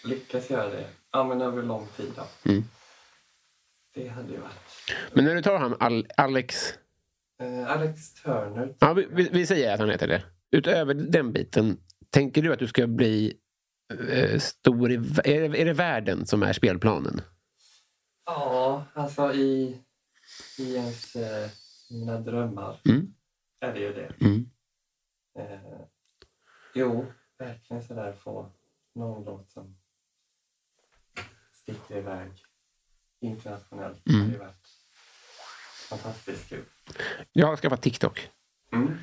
C: lyckas göra det ja, men över lång tid. Då.
B: Mm.
C: Det hade ju varit.
B: Men när du tar han Al- Alex...
C: Eh, Alex Turner.
B: Ja, vi, vi, vi säger att han heter det. Utöver den biten, tänker du att du ska bli eh, stor i... vä- Är, det- är det världen som är spelplanen?
C: Ja, alltså i, i ens eh, mina drömmar
B: Mm.
C: är det ju det.
B: Mm.
C: Eh, jo, verkligen sådär få någon låt som sticker iväg internationellt.
B: Mm.
C: Det hade ju varit fantastiskt kul.
B: Jag har skaffat TikTok.
C: Mm.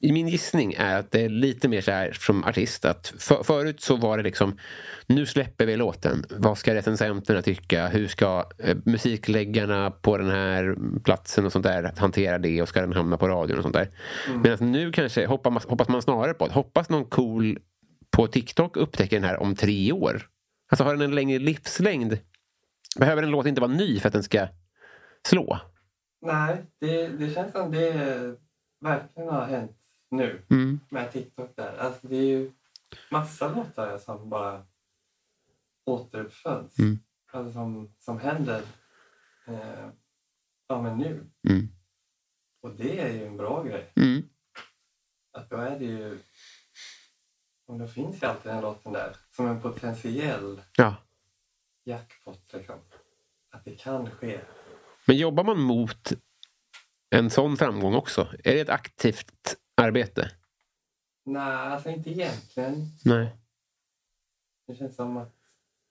B: I Min gissning är att det är lite mer så här som artist. Att för, förut så var det liksom, nu släpper vi låten. Vad ska recensenterna tycka? Hur ska eh, musikläggarna på den här platsen och sånt där att hantera det? Och ska den hamna på radion och sånt där? Medan nu kanske hoppar man, hoppas man snarare på att hoppas någon cool på TikTok upptäcker den här om tre år. Alltså har den en längre livslängd? Behöver en låt inte vara ny för att den ska slå?
C: Nej, det, det känns som det verkligen har hänt nu
B: Mm.
C: med TikTok där. Alltså det är ju massa låtar som bara återuppföds.
G: Mm.
C: Alltså som, som händer eh, ja, men nu.
G: Mm.
C: Och det är ju en bra grej.
G: Mm.
C: Att då är det ju... Och då finns ju alltid den låten där som en potentiell
B: Ja.
C: jackpot. Liksom. Att det kan ske.
B: Men jobbar man mot en sån framgång också? Är det ett aktivt arbete?
C: Nej, alltså inte egentligen.
B: Nej.
C: Det känns som att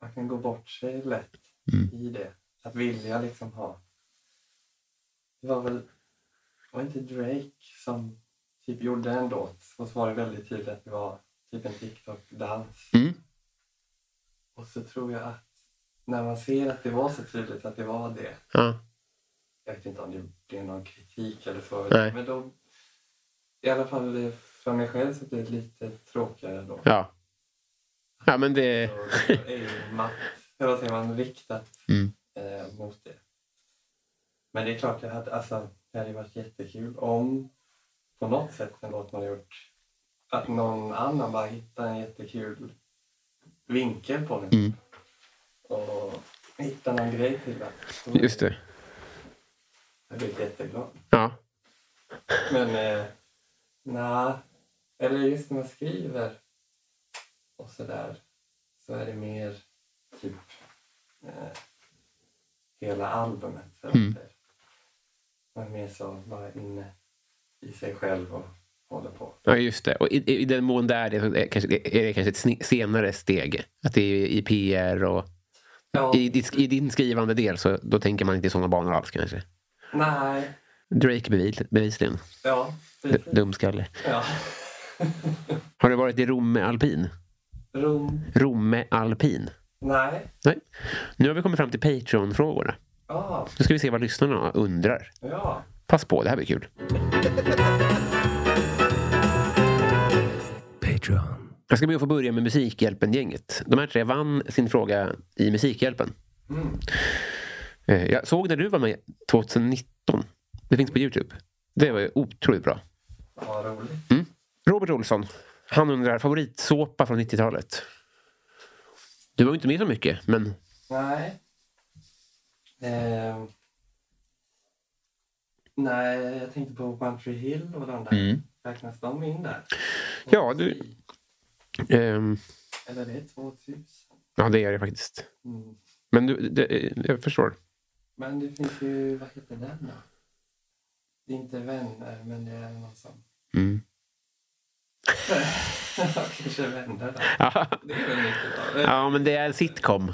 C: man kan gå bort sig lätt
G: Mm.
C: i det. Att vilja liksom ha... Det var väl... Var inte Drake som typ gjorde en låt och så var det väldigt tydligt att det var typ en TikTok-dans.
G: Mm.
C: Och så tror jag att när man ser att det var så tydligt att det var det.
B: Ja.
C: Jag vet inte om det blev någon kritik eller så.
B: Nej.
C: Men då... I alla fall för mig själv så blev det lite tråkigare då.
B: Ja. Ja, men det...
C: Och aimat, eller vad säger man, riktat
G: Mm.
C: eh, mot det. Men det är klart, det hade, alltså, det hade ju varit jättekul om på något sätt en låt man har gjort, att någon annan bara hittar en jättekul vinkel på den.
G: Mm.
C: Och hittar någon grej till den. Så
B: Just det.
C: Jag blir jätteglad.
B: Ja.
C: Men eh, nej, eller just när man skriver och sådär så är det mer typ eh, hela albumet. Så att
G: Mm.
C: säga. Man är mer så bara inne i sig själv och håller på.
B: Ja, just det. Och i, i i den mån det är det, så är, kanske, är det kanske ett sne- senare steg. Att det är i PR och...
C: Ja,
B: I, ditt- I din skrivande del, så då tänker man inte i såna banor alls kanske.
C: nej,
B: Drake bevis, bevisligen.
C: ja,
B: D-
C: precis.
B: dumskalle.
C: Ja.
B: Har du varit i Romme alpin?
C: Rom,
B: Romme alpin?
C: nej,
B: Nej. Nu har vi kommit fram till Patreon-frågorna.
C: ja,
B: Nu ska vi se vad lyssnarna undrar.
C: ja.
B: Pass på, det här blir kul.
A: Patreon.
B: Jag ska be att få börja med Musikhjälpen-gänget. De här tre vann sin fråga i Musikhjälpen. Eh, Jag såg när du var med 2019. Det finns på Youtube. Det var ju otroligt bra.
C: Vad roligt.
B: Robert Olsson, han undrar favoritsåpa från 90-talet. Du var ju inte med så mycket, men
C: Nej. Eh, nej, jag tänkte på One Tree Hill och de där.
G: Mm.
C: Räknas de in där?
B: Ja, du- ehm,
C: Eller det är 2000.
B: ja, det är det faktiskt.
C: Mm.
B: Men du, det, eh, jag förstår.
C: Men det finns ju, vad heter den då? Det är inte vänner, men det är någon som...
G: Mm.
C: Kanske vänner då. Det är väl mycket bra. Ja,
B: Ja, men det är en sitcom.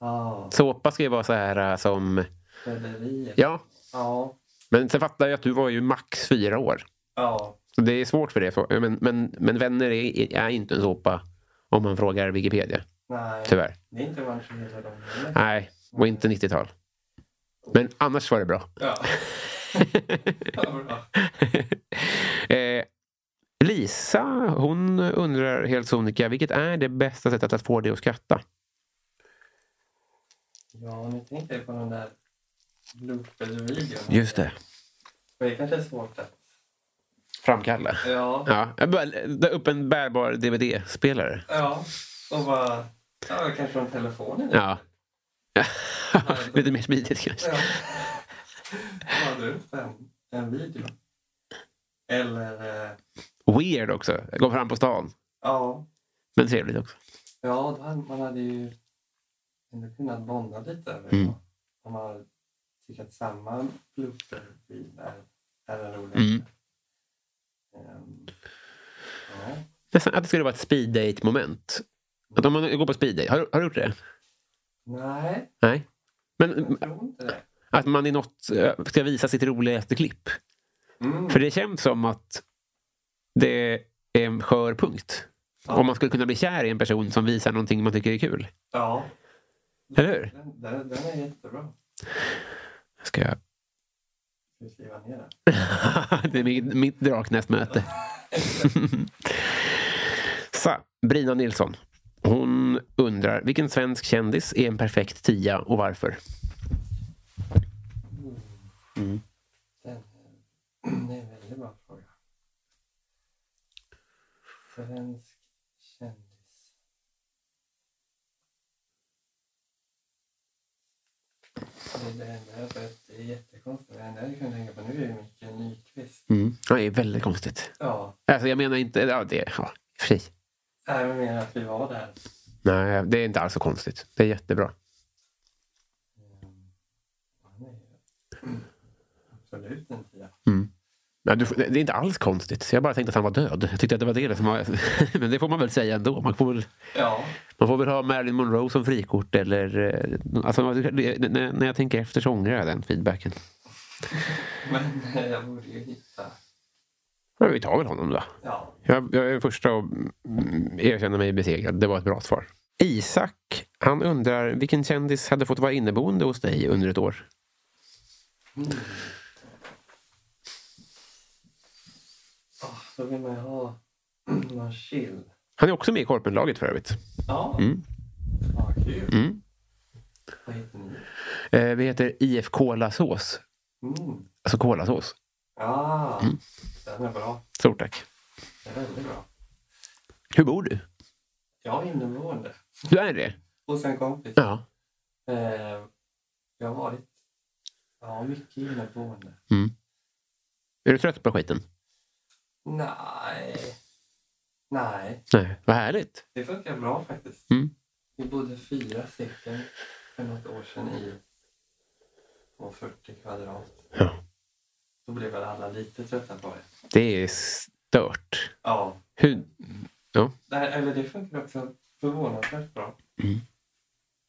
C: ah,
B: Såpa ska ju vara så här eh, som...
C: Rederiet.
B: Ja,
C: Ja,
B: men sen fattar jag att du var ju max fyra år.
C: ja,
B: Så det är svårt för det. så- Men, men, men Vänner är, är inte en såpa om man frågar Wikipedia,
C: nej.
B: tyvärr.
C: Det är inte One Tree Hill och de heller.
B: Nej, och inte 90-tal. Men annars var det bra.
C: Ja. ja, bra.
B: eh, Lisa, hon undrar helt sonika, vilket är det bästa sättet att få dig att skratta?
C: Ja, nu tänkte jag på den där blooper-videon.
B: det.
C: Men det kanske är svårt att...
B: Framkalla.
C: Ja,
B: Ja, jag bara la upp en bärbar DVD-spelare.
C: ja. Och bara... Ja, kanske från telefonen.
B: Ja. Lite mer smidigt kanske.
C: Ja. Laddar upp en, en video. Eller... eh,
B: Weird också. Gå fram på stan.
C: Ja,
B: Men trevligt också.
C: ja då hade, man hade ju ändå kunnat bonda lite över
G: Mm.
C: det. Om man hade tyckt att samma blooper-video är- är den roliga.
G: Mm.
C: Ehm, ja.
B: Nästan att det skulle vara ett speed date moment Att om man går på speed date, har, har du gjort det?
C: Nej,
B: Nej. Men
G: Mm.
C: jag tror inte det.
B: att man i något eh, ska visa sitt roligaste klipp.
C: Mm.
B: För det känns som att det är en skör punkt. Om man skulle kunna bli kär i en person som visar någonting man tycker är kul.
C: Ja,
B: Eller hur?
C: den, den, den är jättebra.
B: Ska jag...
C: Ska vi skriva ner den?
B: det är mitt, mitt draknästmöte. Så, Brina Nilsson. Hon undrar, vilken svensk kändis är en perfekt tia och varför?
C: Den är, eh, det är en väldigt bra fråga. Svensk kändis. Det är det enda, för att det är jättekonstigt. Det enda jag kan tänka på nu är ju Micke Nyqvist.
B: Mm. Ja, Det är väldigt konstigt.
C: Ja,
B: Alltså, jag menar inte... Ja, det, ja, i och för sig.
C: nej, men mer att vi var där.
B: Nej, det är inte alls så konstigt. Det är jättebra.
C: Han är ju absolut en tia.
B: Nej, du, det är inte alls konstigt. Så jag bara tänkte att han var död. Jag tyckte att det var det som var... Men det får man väl säga ändå. Man får väl,
C: Ja,
B: man får väl ha Marilyn Monroe som frikort eller... eh, Alltså, man- det, när, när jag tänker efter så ångrar jag den feedbacken.
C: men eh, jag borde ju hitta...
B: Men vi tar väl honom då.
C: Ja,
B: Jag, jag är den första att mm, erkänna mig besegrad. Det var ett bra svar. Isak, han undrar vilken kändis hade fått vara inneboende hos dig under ett år?
C: oh, då vill man ju ha någon chill.
B: Han är också med i Korpenlaget för övrigt.
C: Ja,
B: Mm.
C: vad kul.
B: Mm.
C: Vad heter ni?
B: Eh, vi heter IF Kolasås.
C: Mm.
B: Alltså kolasås.
C: Ah,
B: Mm.
C: den är bra.
B: Stort tack.
C: Den är väldigt bra.
B: Hur bor du?
C: Jag är inneboende
B: Du är det?
C: hos en kompis.
B: Ja.
C: Eh, jag har varit ja, mycket inneboende.
B: Är du trött på skiten?
C: Nej. Nej,
B: Nej. Vad härligt.
C: det funkar bra faktiskt.
B: Mm.
C: Vi bodde fyra stycken för något år sedan i på 40 kvadrat.
B: Ja.
C: Då blev väl alla lite trötta på det.
B: Det är stört.
C: Ja,
B: Hur...
C: det, här, eller det funkar också förvånansvärt bra.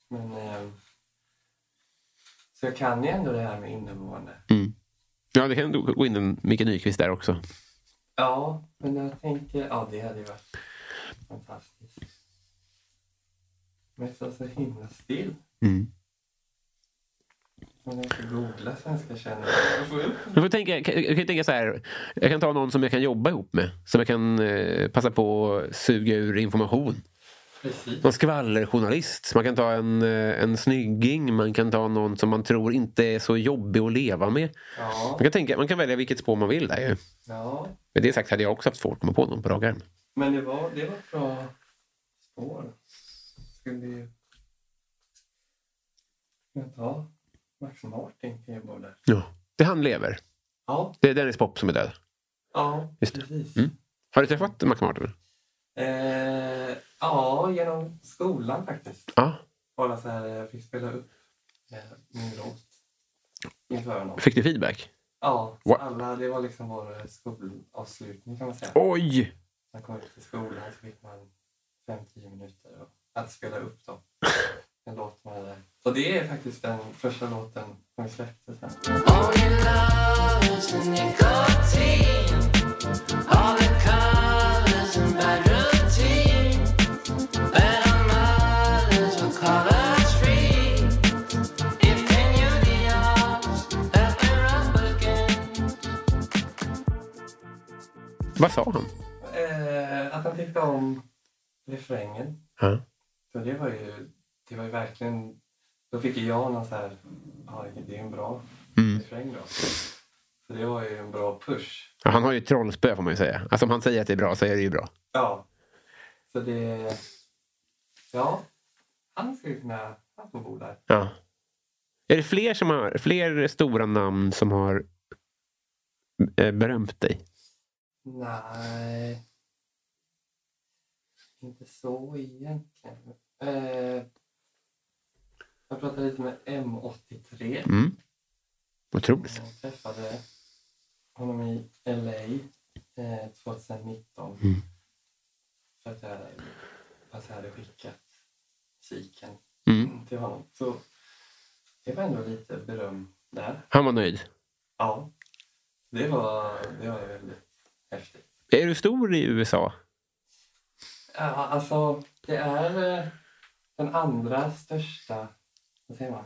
C: Men, ehm, så jag kan ju ändå det här med inneboende.
B: Ja, det kan gå in en Micke Nyqvist där också.
C: Ja, men jag tänker... Ja, det hade ju varit fantastiskt. Men så, så himla still. Man kan inte googla svenska kändisar. Får upp
B: Jag, får tänka, jag kan- jag kan tänka så här. Jag kan ta någon som jag kan jobba ihop med. Som jag kan eh, passa på att suga ur information.
C: Precis.
B: Någon skvallerjournalist. Man kan ta en, eh, en snygging. Man kan ta någon som man tror inte är så jobbig att leva med.
C: Ja,
B: Man kan, tänka, man kan välja vilket spår man vill där ju.
C: ja.
B: Med det sagt hade jag också haft svårt att komma på någon på rak arm.
C: Men det var, det var ett bra spår. Skulle ju... Ska jag ta Max Martin kan ju bo där.
B: Ja. Det är han lever.
C: Ja,
B: Det är Dennis Pop som är död.
C: ja
B: Just det.
C: precis.
B: Mm. Har du träffat Mac Martin?
C: Eh, ja, genom skolan faktiskt.
B: Ja.
C: bara så här, jag fick spela upp eh, min låt inför honom.
B: Fick du feedback?
C: Ja, så
B: What?
C: alla, det var liksom vår eh, skolavslutning kan man säga.
B: Oj!
C: Man kom ut till skolan så fick man 5-10 minuter och att spela upp då. En låt man hade. Och det är faktiskt den första låten som vi släppte sen.
B: Vad sa han?
C: Eh, att han tyckte om refrängen
B: Ja.
C: Så det var ju, det var ju verkligen... Då fick ju jag någon så här... Ja, det är en bra refräng då. Så det var ju en bra push.
B: Ja, Han har ju ett trollspö får man ju säga. Alltså om han säger att det är bra så är det ju bra.
C: Ja. Så det... Ja. Han skulle kunna... Han får bo där.
B: Ja. Är det fler, som har, fler stora namn som har eh, berömt dig?
C: Nej. Inte så egentligen. Eh, jag pratade lite med M83.
B: Mm. Otroligt.
C: Jag träffade honom i LA eh, 2019.
B: Mm.
C: För att jag, att jag hade skickat musiken
B: Mm.
C: till honom. Så det var ändå lite beröm där.
B: Han var nöjd.
C: Ja. Det var, det var väldigt häftigt.
B: Är du stor i USA?
C: Ja, alltså det är eh, den andra största, vad säger man?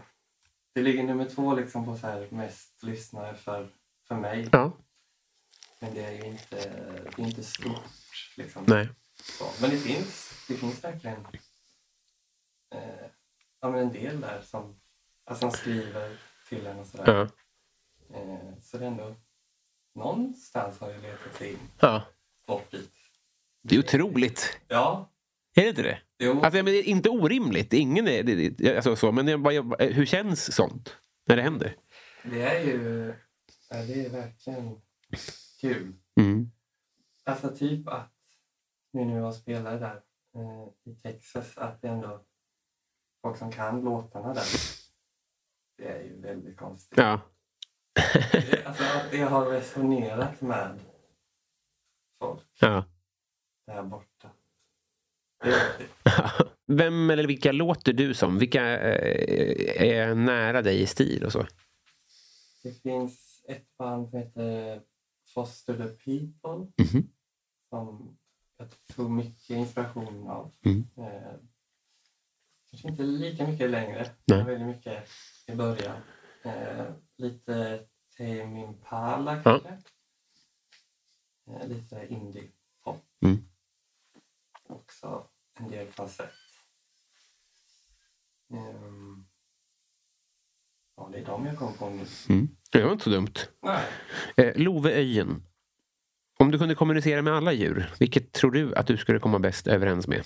C: Det ligger nummer två liksom på så här mest lyssnare för, för mig.
B: Ja.
C: Men det är ju inte, det är inte stort. Liksom.
B: Nej.
C: Så, men det finns, det finns verkligen eh, ja, men en del där som, alltså, som skriver till en och sådär.
B: Ja.
C: Eh, så det är ändå någonstans har jag letat sig in
B: ja.
C: bort dit.
B: Det är otroligt.
C: Ja,
B: Är det inte det?
C: jo,
B: Alltså, men det är inte orimligt. Ingen är, det, det, alltså, så, men det, är bara- hur känns sånt? när det händer.
C: Det är ju ja, det är verkligen kul.
B: Mm.
C: Alltså typ att nu när jag spelar där eh, i Texas att det är ändå folk som kan låtarna där. Det är ju väldigt konstigt.
B: Ja.
C: Det- Alltså att det har resonerat med folk
B: ja.
C: där borta. Det är häftigt.
B: Vem eller vilka låter du som? Vilka eh, är nära dig i stil och så?
C: Det finns ett band som heter Foster the People
B: Mhm.
C: som jag tog mycket inspiration av.
B: Mm.
C: Eh, kanske inte lika mycket längre,
B: Nej.
C: men väldigt mycket i början. Eh, lite Tame Impala
B: Ja.
C: kanske. Eh, lite indie-pop.
B: Mm.
C: Också en del falsett. Ehm, ja, det är de jag kom på nu.
B: Det var inte så dumt.
C: Nej.
B: Eh, Love Öjen. Om du kunde kommunicera med alla djur, vilket tror du att du skulle komma bäst överens med?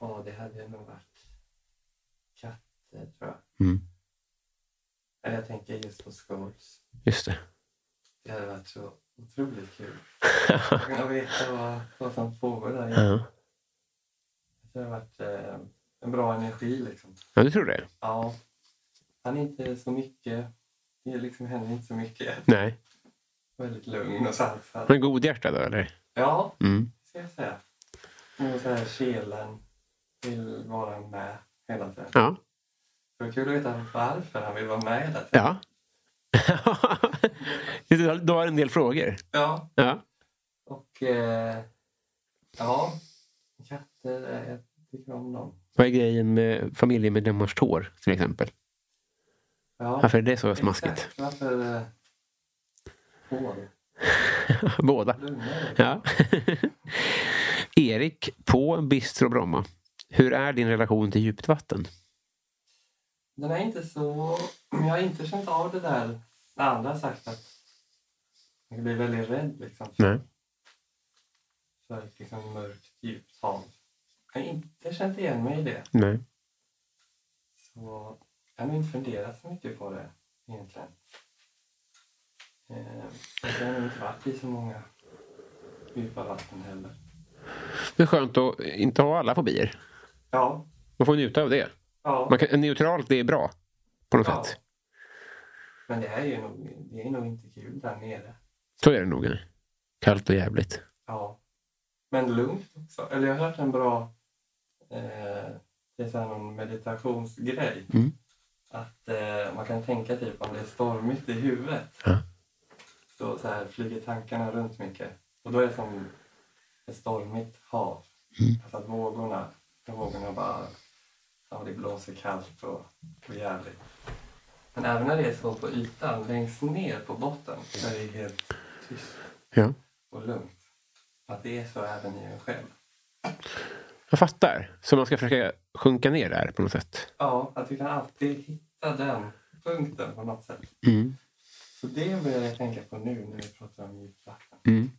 C: Ja, det hade nog varit katter, tror jag.
B: Mm.
C: Eller jag tänker just på Scholes.
B: Just det.
C: Det hade varit så otroligt kul. Jag vet vad, vad som pågår där. inne.
B: Ja.
C: Det har varit eh, en bra energi. Liksom.
B: ja, du tror det?
C: Ja, han är inte så mycket. Det liksom händer inte så mycket.
B: Nej.
C: Väldigt lugn och sansad.
B: Men godhjärtad då, eller?
C: Ja,
B: Mm.
C: ska jag säga. Och så här kelen vill vara med hela tiden.
B: Ja.
C: Det var kul att veta varför han vill vara med hela tiden.
B: Ja. Just det, du har en del frågor.
C: Ja.
B: Ja.
C: Och eh, ja, katter, eh, jag tycker om dem.
B: Vad är grejen med familjemedlemmars tår, till exempel?
C: Ja,
B: Varför är det så smaskigt?
C: exakt. Varför eh, hår?
B: Båda.
C: Lungor?
B: Ja. Erik på Bistro Bromma. Hur är din relation till djupt vatten?
C: Den är inte så... Jag har inte känt av det där när andra har sagt att jag blir väldigt rädd liksom, för,
B: Nej.
C: för ett liksom, mörkt, djupt hav. Jag har inte känt igen mig i det.
B: Nej.
C: Så jag har nog inte funderat så mycket på det egentligen. Eh, jag har nog inte varit i så många djupa vatten heller.
B: Det är skönt att inte ha alla fobier.
C: Ja,
B: Man får njuta av det.
C: ja,
B: Man kan, neutralt, det är bra. På något
C: Ja.
B: sätt.
C: men det är ju nog, det är nog inte kul där nere.
B: Så är det nog. Kallt och jävligt.
C: Ja, men lugnt också. Eller jag har hört en bra eh, det är så här någon meditationsgrej.
B: Mm.
C: Att eh, man kan tänka typ om det är stormigt i huvudet.
B: Ja.
C: Så, så här flyger tankarna runt mycket. Och då är det som ett stormigt hav.
B: Mm.
C: Alltså att vågorna, vågorna bara, ja det blåser kallt och, och jävligt. Men även när det är så på ytan, längst ner på botten, där det är helt tyst
B: Ja.
C: och lugnt. Att det är så även i en själv.
B: Jag fattar. Så man ska försöka sjunka ner där på något sätt.
C: Ja, att du kan alltid hitta den punkten på något sätt.
B: Mm,
C: Så det börjar jag tänka på nu när vi pratar om djupt vatten.
B: mm.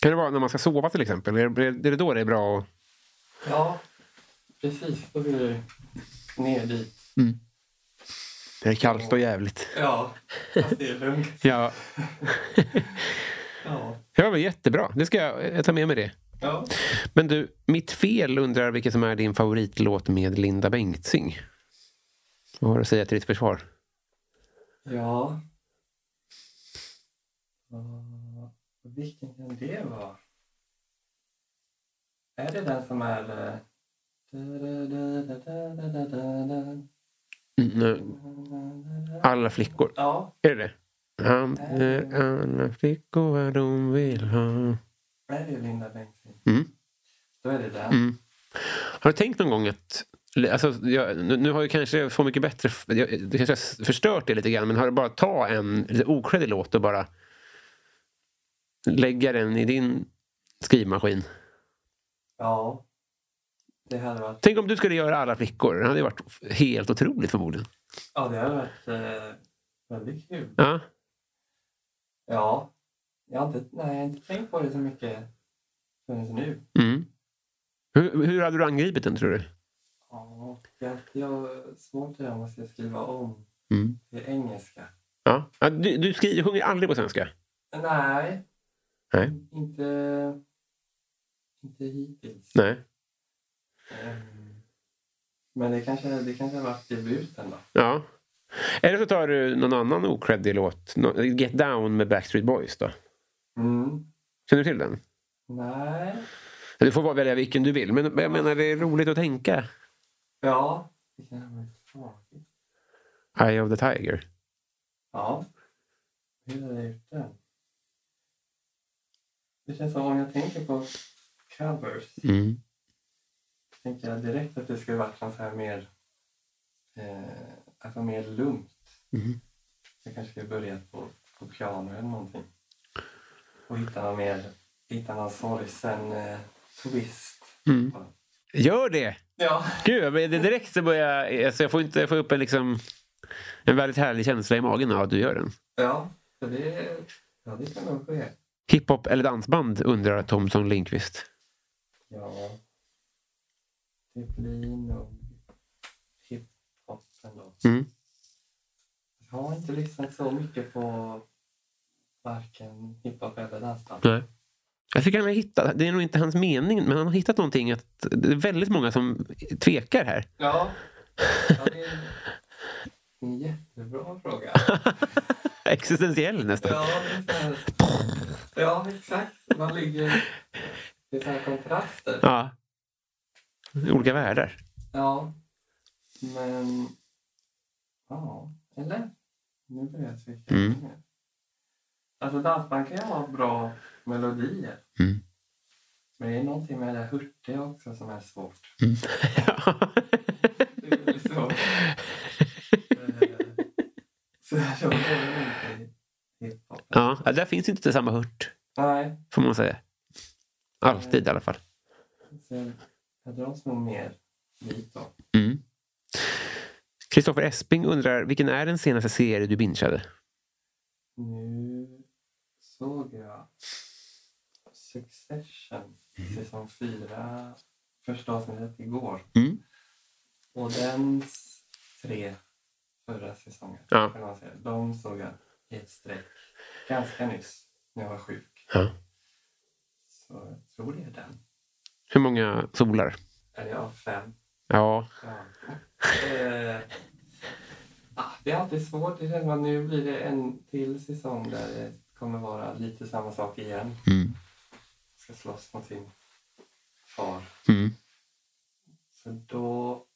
B: Kan det vara när man ska sova till exempel? Är det, är det då det är bra att...
C: Ja, precis. Då blir du ner dit.
B: Det är kallt och jävligt.
C: Ja, fast det är lugnt.
B: Ja,
C: Ja,
B: det var jättebra. Det ska jag, jag tar med mig det.
C: ja.
B: Men du, Mitt Fel undrar vilken som är din favoritlåt med Linda Bengtzing. Vad har du att säga till ditt försvar?
C: ja. Ja, Vilken kan det vara? Är det den som är... eh,
B: Mm, alla flickor.
C: Ja,
B: Är det det? Han är alla flickor vad de vill ha.
C: Är det Linda Bengtzing?
B: Mm.
C: Då är det den.
B: Mm. Har du tänkt någon gång att... Alltså, jag, nu nu har jag kanske Få mycket bättre... Jag, det kanske har förstört det lite grann. Men har du bara ta en lite okreddig låt och bara lägga den i din skrivmaskin?
C: Ja. Det hade varit,
B: Tänk om du skulle göra alla flickor. Det hade ju varit helt otroligt förmodligen.
C: ja, det hade varit eh, väldigt kul.
B: Ja,
C: Ja. Jag har, inte, nej, jag har inte tänkt på det så mycket förrän nu.
B: mm. hur, hur hade du angripit den tror du?
C: Ja, jag, jag har svårt det där om man ska skriva om
B: Mm.
C: Det är engelska.
B: Ja. Ja, du, du, skriver, du sjunger aldrig på svenska?
C: Nej,
B: Nej.
C: inte, inte hittills.
B: Nej.
C: Ehm, Men det kanske, det kanske har varit debuten då.
B: Ja. Eller så tar du någon annan okreddig låt. Nå- Get Down med Backstreet Boys då.
C: Mm.
B: Känner du till den?
C: Nej.
B: Du får bara välja vilken du vill. Men jag menar, det är roligt att tänka.
C: Ja, det kan ha varit tråkigt.
B: Eye of the Tiger.
C: Ja. Hur har jag gjort den? Det känns som om jag tänker på covers
B: Mm.
C: tänker jag direkt att det skulle varit något så här mer, eh, alltså mer lugnt.
B: Mhm.
C: Jag kanske skulle börja på, på piano eller någonting. Och hitta någon mer, hitta någon sorgsen eh, twist.
B: Mm. Gör det!
C: Ja.
B: Gud, jag blir- det direkt så börjar jag... Alltså jag får inte få upp en, liksom, en väldigt härlig känsla i magen av att du gör den.
C: Ja, så det, ja, det kan nog ske.
B: Hiphop eller dansband undrar Thomson Lindqvist.
C: Ja. Typ Det blir nog hiphop ändå.
B: Mm.
C: Jag har inte lyssnat så mycket på varken hiphop eller dansband.
B: Nej. Jag fick han hitta, det är nog inte hans mening, men han har hittat någonting. Att, det är väldigt många som tvekar här.
C: Ja. ja det är en jättebra fråga.
B: Existentiell nästan.
C: Ja, det är så här- ja exakt. Man ligger... Det är så här kontraster.
B: Ja. Olika världar.
C: Ja. Men... Ja, eller? Nu börjar jag tveka.
B: Mm.
C: mer. Alltså dansband kan ju ha bra melodier.
B: Mm.
C: Men det är någonting med det där hurtiga också som är svårt.
B: Ja. Mm.
C: Det är väldigt svårt. Eh, så jag tror inte hiphop.
B: ja, där finns inte samma hurt,
C: Nej,
B: får man säga. Alltid i alla fall.
C: så jag, jag dras nog mer dit då.
B: Mm. Kristoffer Esping undrar, vilken är den senaste serie du bingeade?
C: Nu såg jag Succession, säsong 4, första avsnittet igår.
B: Mm.
C: Och den tre förra säsongen,
B: Ja.
C: kan man säga, de såg jag i ett streck ganska nyss när jag var sjuk.
B: Ja.
C: Så jag tror det är den.
B: Hur många solar?
C: Eller ja, fem.
B: Ja.
C: Ja. Eh, ah, det är alltid svårt. Det känns som att nu blir det en till säsong där det kommer vara lite samma sak igen.
B: Mm.
C: Ska slåss mot sin far.
B: Mm.
C: Så då...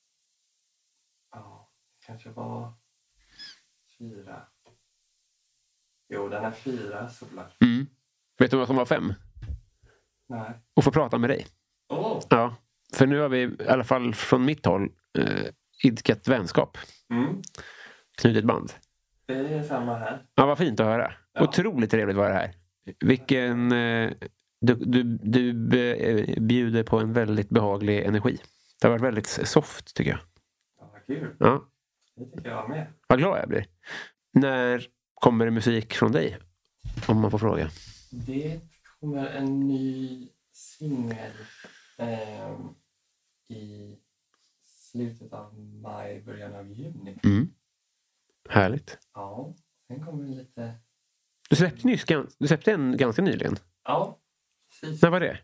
C: Ja, det kanske var fyra. Jo, den är fyra solar.
B: Mm. Vet du vad som var fem?
C: Nej.
B: Att få prata med dig.
C: Åh!
B: Ja. För nu har vi, i alla fall från mitt håll, eh, idkat vänskap.
C: Mm,
B: Knutit band.
C: det är samma här.
B: Ja, vad fint att höra.
C: Ja.
B: Otroligt trevligt var det här. Vilken... eh, Du, du, du be- eh, bjuder på en väldigt behaglig energi. Det har varit väldigt soft, tycker jag.
C: Ja, vad kul.
B: Ja,
C: Det tycker jag med.
B: vad glad jag blir. När kommer det musik från dig? Om man får fråga.
C: Det kommer en ny singel ehm, i slutet av maj, början av juni.
B: Mm. Härligt.
C: Ja, sen kommer det lite...
B: Du släppte, nyss, gan- du släppte en ganska nyligen.
C: Ja, precis.
B: När var det?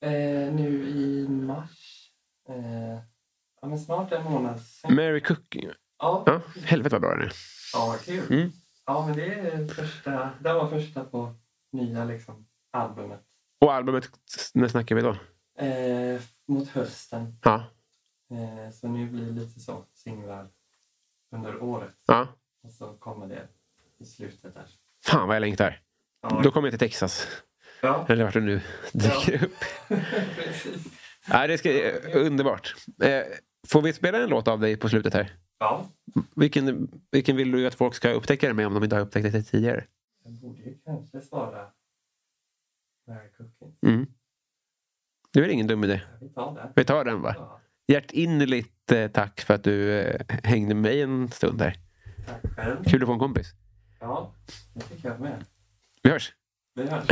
C: Eh, nu i mars. Eh, ja, men snart en månad sen.
B: Mary Cooking.
C: Ja,
B: Ja, helvete vad bra den är.
C: ja vad kul.
B: Mm.
C: Ja, men det är första... Det var första på nya liksom, albumet.
B: Och albumet, när snackar vi då?
C: Eh, mot hösten.
B: Ja.
C: Eh, så nu blir det lite så singlar under året.
B: ja.
C: Och så kommer det i slutet där.
B: Fan vad jag längtar. Då kommer jag till Texas.
C: Ja,
B: Eller vart det nu dyker upp.
C: precis.
B: Ja, det ska, eh, underbart. Eh, får vi spela en låt av dig på slutet här?
C: Ja,
B: Vilken, vilken vill du att folk ska upptäcka dig med om de inte har upptäckt dig tidigare?
C: jag borde ju kanske svara Mary Cooking.
B: Mm. Det är väl ingen dum idé.
C: Ja, Vi tar den.
B: Vi tar den va?
C: Ja,
B: Hjärtinnerligt eh, tack för att du eh, hängde med mig en stund där.
C: tack själv.
B: Kul att få en kompis.
C: Ja, det tycker jag med.
B: Vi hörs!
C: Vi hörs.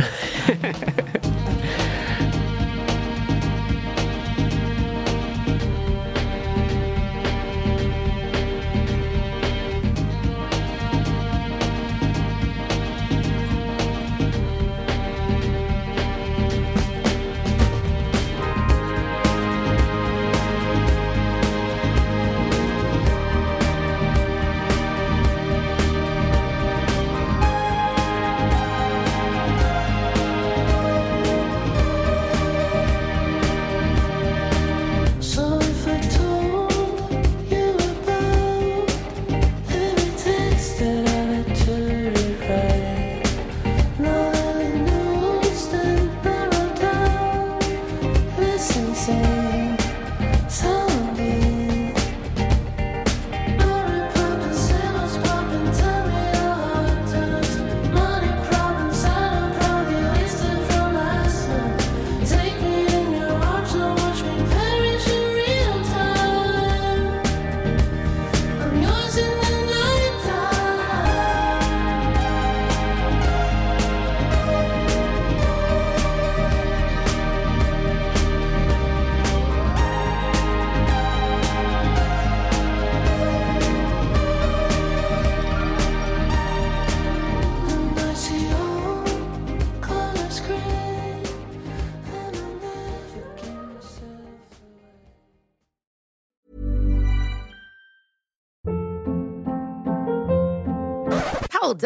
H: Hold